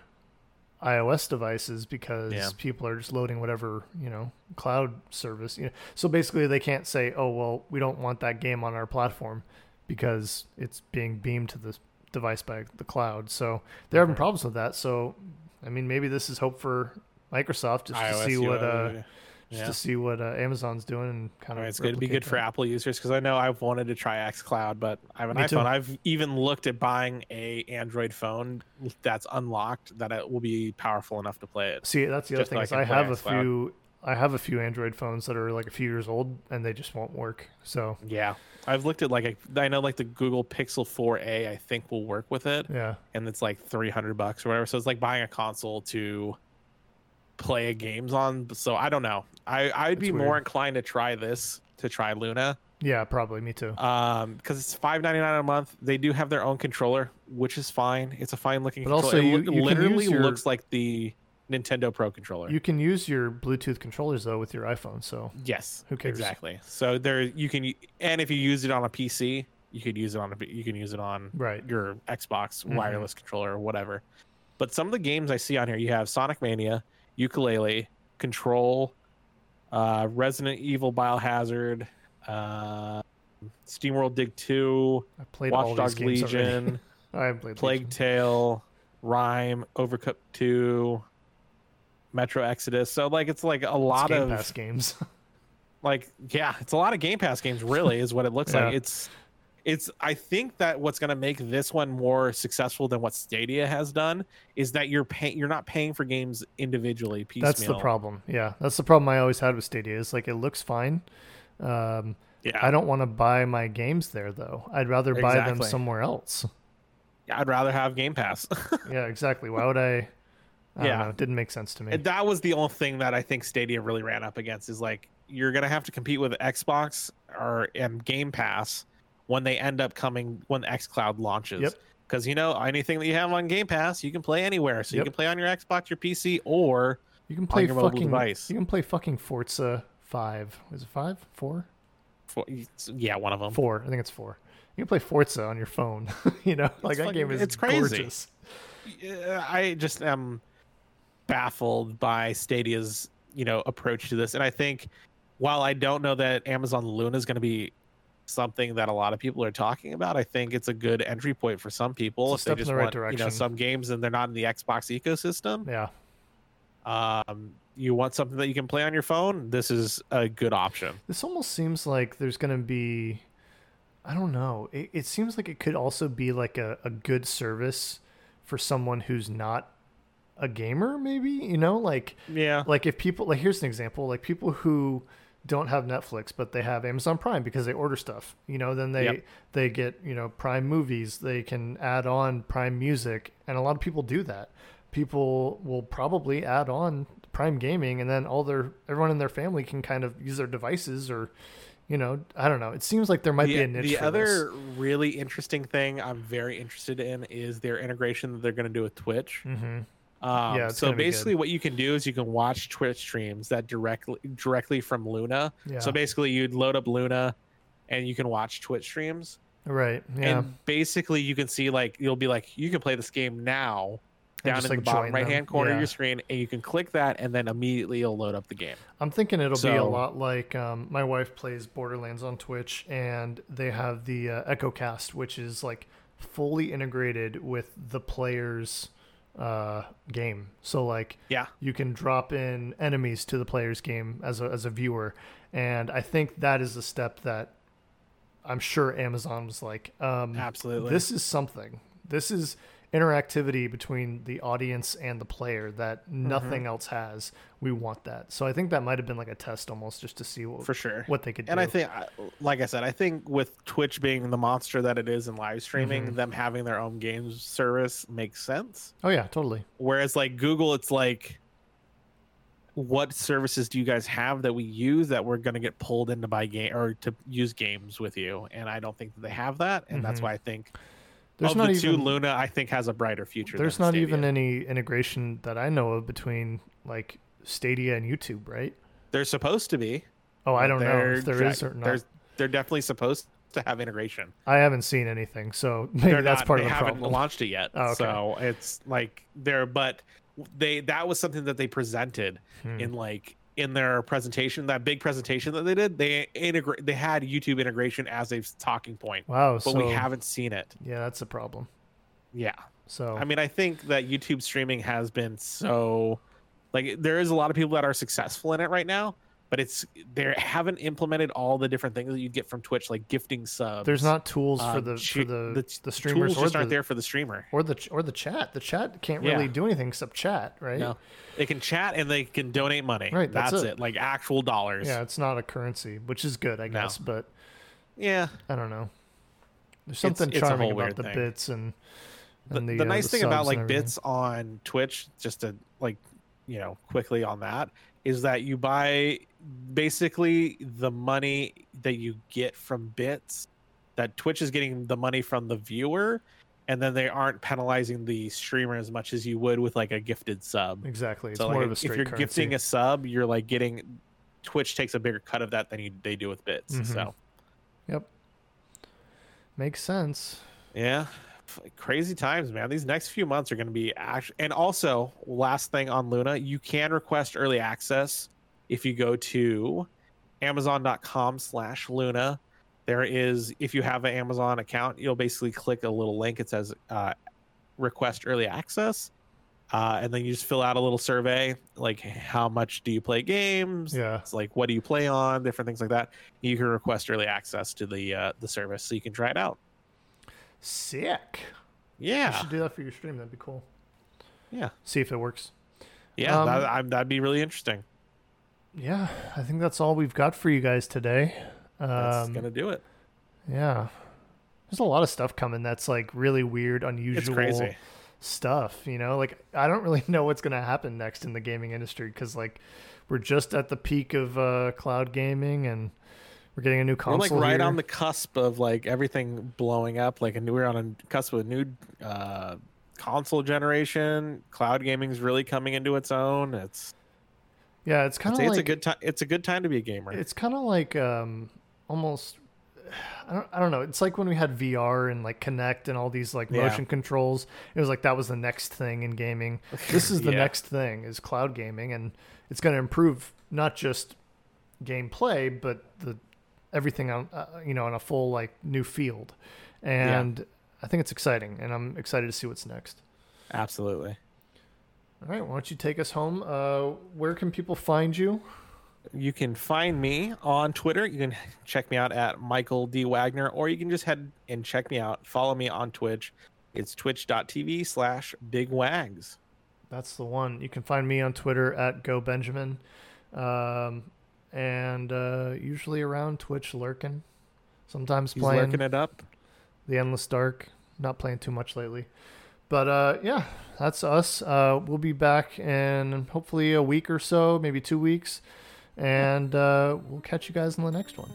S2: iOS devices because
S1: Yeah.
S2: people are just loading whatever, you know, cloud service. You know. So basically they can't say, "Oh, well, we don't want that game on our platform because it's being beamed to this device by the cloud." So they're having
S1: Right.
S2: problems with that. So I mean, maybe this is hope for Microsoft just to see what uh
S1: UI.
S2: just
S1: Yeah.
S2: to see what uh, Amazon's doing and kind
S1: I
S2: of
S1: mean, it's going to be
S2: replicate
S1: good for
S2: that.
S1: Apple users because I know I've wanted to try XCloud, but I have an
S2: Me
S1: iPhone.
S2: too.
S1: I've even looked at buying a Android phone that's unlocked that it will be powerful enough to play it.
S2: See, that's the other
S1: Just
S2: thing
S1: so I
S2: is
S1: can
S2: I
S1: play
S2: have a
S1: xCloud.
S2: few. I have a few Android phones that are like a few years old, and they just won't work. So
S1: Yeah, I've looked at like a, I know like the Google Pixel 4a I think will work with it,
S2: yeah,
S1: and it's like 300 bucks or whatever. So it's like buying a console to play games on. So I don't know. I I'd be
S2: It's
S1: more
S2: weird.
S1: inclined to try this to try Luna
S2: yeah, probably me too.
S1: um because it's 5.99 a month they do have their own controller which is fine it's a fine looking
S2: But
S1: controller
S2: also
S1: it
S2: you-
S1: loo-
S2: you can
S1: literally
S2: use your-
S1: looks like the nintendo pro controller
S2: You can use your Bluetooth controllers though with your iPhone. So
S1: yes
S2: Who cares?
S1: exactly so there you can and if you use it on a pc you could use it on a you can use it on
S2: right,
S1: your xbox
S2: Mhm.
S1: wireless controller or whatever but some of the games i see on here you have sonic mania ukulele control uh resident evil biohazard uh steamworld dig 2
S2: I played all
S1: Watch
S2: these
S1: Dogs
S2: games already.
S1: Legion,
S2: I haven't played
S1: Plague
S2: Legion.
S1: Tale, Rhyme, Overcooked 2, Metro Exodus. So like it's like a
S2: It's
S1: lot
S2: Game
S1: of
S2: Pass games.
S1: like yeah, it's a lot of Game Pass games really is what it looks
S2: Yeah.
S1: like. It's it's I think that what's going to make this one more successful than what Stadia has done is that you're paying you're not paying for games individually piecemeal.
S2: that's the problem. Yeah, that's the problem I always had with Stadia. Is like it looks fine. Um,
S1: Yeah.
S2: I don't want to buy my games there though. I'd rather buy them
S1: Exactly.
S2: somewhere else.
S1: I'd rather have Game Pass.
S2: yeah, exactly. Why would I? I don't
S1: Yeah.
S2: know. It didn't make sense to me.
S1: And that was the only thing that I think Stadia really ran up against is like you're gonna have to compete with Xbox or and Game Pass when they end up coming when XCloud launches.
S2: Yep.
S1: Because you know anything that you have on Game Pass, you can play anywhere. So you
S2: Yep.
S1: can play on your Xbox, your PC, or
S2: You can play
S1: your mobile
S2: fucking.
S1: device.
S2: You can play fucking Forza Five. Is it five? Four?
S1: for, yeah, one of them.
S2: Four? I think it's four. You can play Forza on your phone. you know, like that game
S1: fucking-
S2: is
S1: it's crazy.
S2: gorgeous.
S1: Yeah, I just am baffled by Stadia's you know approach to this, and I think while I don't know that Amazon Luna is going to be something that a lot of people are talking about, I think it's a good entry point for some people
S2: It's a
S1: if
S2: step
S1: they
S2: in
S1: just
S2: the right
S1: want you know
S2: direction.
S1: some games and they're not in the Xbox ecosystem.
S2: Yeah,
S1: Um, you want something that you can play on your phone? This is a good option.
S2: this almost seems like there's gonna be. I don't know. It, it seems like it could also be like a, a good service for someone who's not a gamer. Maybe you know, like
S1: Yeah,
S2: like if people like here's an example like people who don't have netflix but they have amazon prime because they order stuff you know then they
S1: Yep.
S2: they get you know prime movies they can add on prime music and a lot of people do that people will probably add on prime gaming and then all their everyone in their family can kind of use their devices or you know i don't know it seems like there might be a niche
S1: the
S2: for
S1: other
S2: this.
S1: really interesting thing I'm very interested in is their integration that they're going to do with Twitch.
S2: Mhm.
S1: Um,
S2: Yeah, it's
S1: so
S2: gonna be good.
S1: basically, what you can do is you can watch Twitch streams that directly directly from Luna.
S2: Yeah.
S1: So basically, you'd load up Luna, and you can watch Twitch streams.
S2: right. Yeah.
S1: And basically, you can see like you'll be like you can play this game now
S2: And
S1: down
S2: just,
S1: in
S2: like,
S1: the bottom
S2: join
S1: right
S2: them.
S1: hand corner of
S2: Yeah.
S1: your screen, and you can click that, and then immediately you'll load up the game.
S2: I'm thinking it'll be a
S1: So-
S2: lot like um, my wife plays Borderlands on Twitch, and they have the uh, EchoCast, which is like fully integrated with the player's uh, game. So like,
S1: Yeah.
S2: you can drop in enemies to the player's game as a as a viewer, and I think that is a step that I'm sure Amazon was like, um,
S1: Absolutely.
S2: this is something. This is interactivity between the audience and the player that
S1: Mm-hmm.
S2: nothing else has. We want that. So I think that might have been like a test almost just to see what
S1: for sure.
S2: what they could
S1: And
S2: do.
S1: I think, I- like I said, I think with Twitch being the monster that it is in live streaming,
S2: Mm-hmm.
S1: them having their own games service makes sense.
S2: oh yeah, totally.
S1: Whereas like Google, it's like, what services do you guys have that we use that we're going to get pulled in to buy game or to use games with you? And I don't think that they have that, and that's
S2: Mhm.
S1: why I think
S2: There's
S1: of
S2: not
S1: the two,
S2: even
S1: Luna I think has a brighter future.
S2: there's
S1: than
S2: not even
S1: Stadia.
S2: any integration that I know of between like Stadia and YouTube, right?
S1: They're supposed to be.
S2: Oh, I don't know
S1: They're
S2: if there
S1: dra-
S2: is or not.
S1: There's, they're definitely supposed to have integration.
S2: I haven't seen anything, so maybe
S1: they're
S2: that's
S1: not-
S2: part
S1: they
S2: of the
S1: haven't
S2: problem.
S1: launched it yet
S2: Oh, okay.
S1: so it's like there but they that was something that they presented
S2: Hmm.
S1: in like in their presentation that big presentation that they did they integrate they had youtube integration as a talking point
S2: Wow,
S1: but
S2: so
S1: we haven't seen it
S2: yeah, that's a problem.
S1: yeah
S2: So
S1: i mean i think that youtube streaming has been so like there is a lot of people that are successful in it right now but it's they haven't implemented all the different things that you get from twitch like gifting subs
S2: there's not tools
S1: uh,
S2: for the
S1: chi-
S2: for the
S1: the
S2: the, streamers
S1: tools just
S2: or
S1: aren't
S2: the,
S1: there for the streamer
S2: or the or the chat. The chat can't
S1: Yeah.
S2: really do anything except chat, right?
S1: No, they can chat and they can donate money.
S2: Right, that's
S1: that's,
S2: it.
S1: it. Like actual dollars.
S2: Yeah, it's not a currency, which is good, I
S1: No.
S2: guess. But
S1: Yeah.
S2: I don't know. There's something
S1: it's a
S2: charming
S1: whole weird
S2: about the
S1: thing.
S2: bits and,
S1: The,
S2: and
S1: the,
S2: the, uh,
S1: nice
S2: the
S1: thing about
S2: subs and
S1: like
S2: everything.
S1: bits on Twitch, just to like, you know, quickly on that, is that you buy basically the money that you get from bits, that Twitch is getting the money from the viewer, and then they aren't penalizing the streamer as much as you would with like a gifted sub.
S2: Exactly, it's
S1: so
S2: more
S1: like,
S2: of a
S1: if
S2: straight
S1: you're
S2: currency.
S1: gifting a sub, you're like getting Twitch takes a bigger cut of that than you, they do with bits.
S2: Mhm.
S1: So
S2: Yep, makes sense.
S1: Yeah. F- Crazy times, man. These next few months are going to be actually. And also, last thing on Luna, you can request early access if you go to amazon.com slash Luna. There is, if you have an Amazon account, you'll basically click a little link. It says uh, request early access. Uh, and then you just fill out a little survey like, how much do you play games?
S2: Yeah,
S1: It's like, what do you play on? Different things like that. You can request early access to the uh, the service so you can try it out.
S2: sick.
S1: Yeah.
S2: You should do that for your stream. That'd be cool.
S1: Yeah.
S2: See if it works.
S1: Yeah,
S2: Um,
S1: that, I, that'd be really interesting.
S2: Yeah, I think that's all we've got for you guys today. Um,
S1: That's gonna do it.
S2: Yeah. There's a lot of stuff coming that's like really weird,
S1: It's
S2: unusual
S1: crazy.
S2: stuff, you know? Like I don't really know what's going to happen next in the gaming industry cuz like we're just at the peak of uh cloud gaming and we're getting a new
S1: We're
S2: console.
S1: like right on
S2: here.
S1: the cusp of like everything blowing up. Like, and we're on a cusp of a new uh, console generation. Cloud gaming's really coming into its own. It's
S2: Yeah, it's kind
S1: it's,
S2: of
S1: it's
S2: Oh, like
S1: a good time. It's a good time to be a gamer.
S2: It's kind of like um, almost. I don't, I don't know. It's like when we had VR and like Connect and all these like
S1: Yeah.
S2: motion controls. It was like that was the next thing in gaming. This is the
S1: Yeah.
S2: next thing is cloud gaming, and it's going to improve not just gameplay, but the everything on uh, you know on a full like new field. And I think it's exciting, and I'm excited to see what's next.
S1: Absolutely.
S2: All right, why don't you take us home? Uh, where can people find you?
S1: You can find me on Twitter. You can check me out at Michael D. Wagner, or you can just head and check me out. Follow me on Twitch. It's twitch.tv slash big wags.
S2: That's the one. You can find me on Twitter at GoBenjamin. Um, and uh, usually around Twitch lurking. Sometimes
S1: He's
S2: playing
S1: lurking it up.
S2: The Endless Dark. Not playing too much lately. But uh, yeah, that's us. Uh, we'll be back in hopefully a week or so, maybe two weeks. And uh, we'll catch you guys in the next one.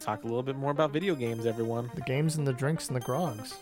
S1: Talk a little bit more about video games, everyone.
S2: The games and the drinks and the grogs.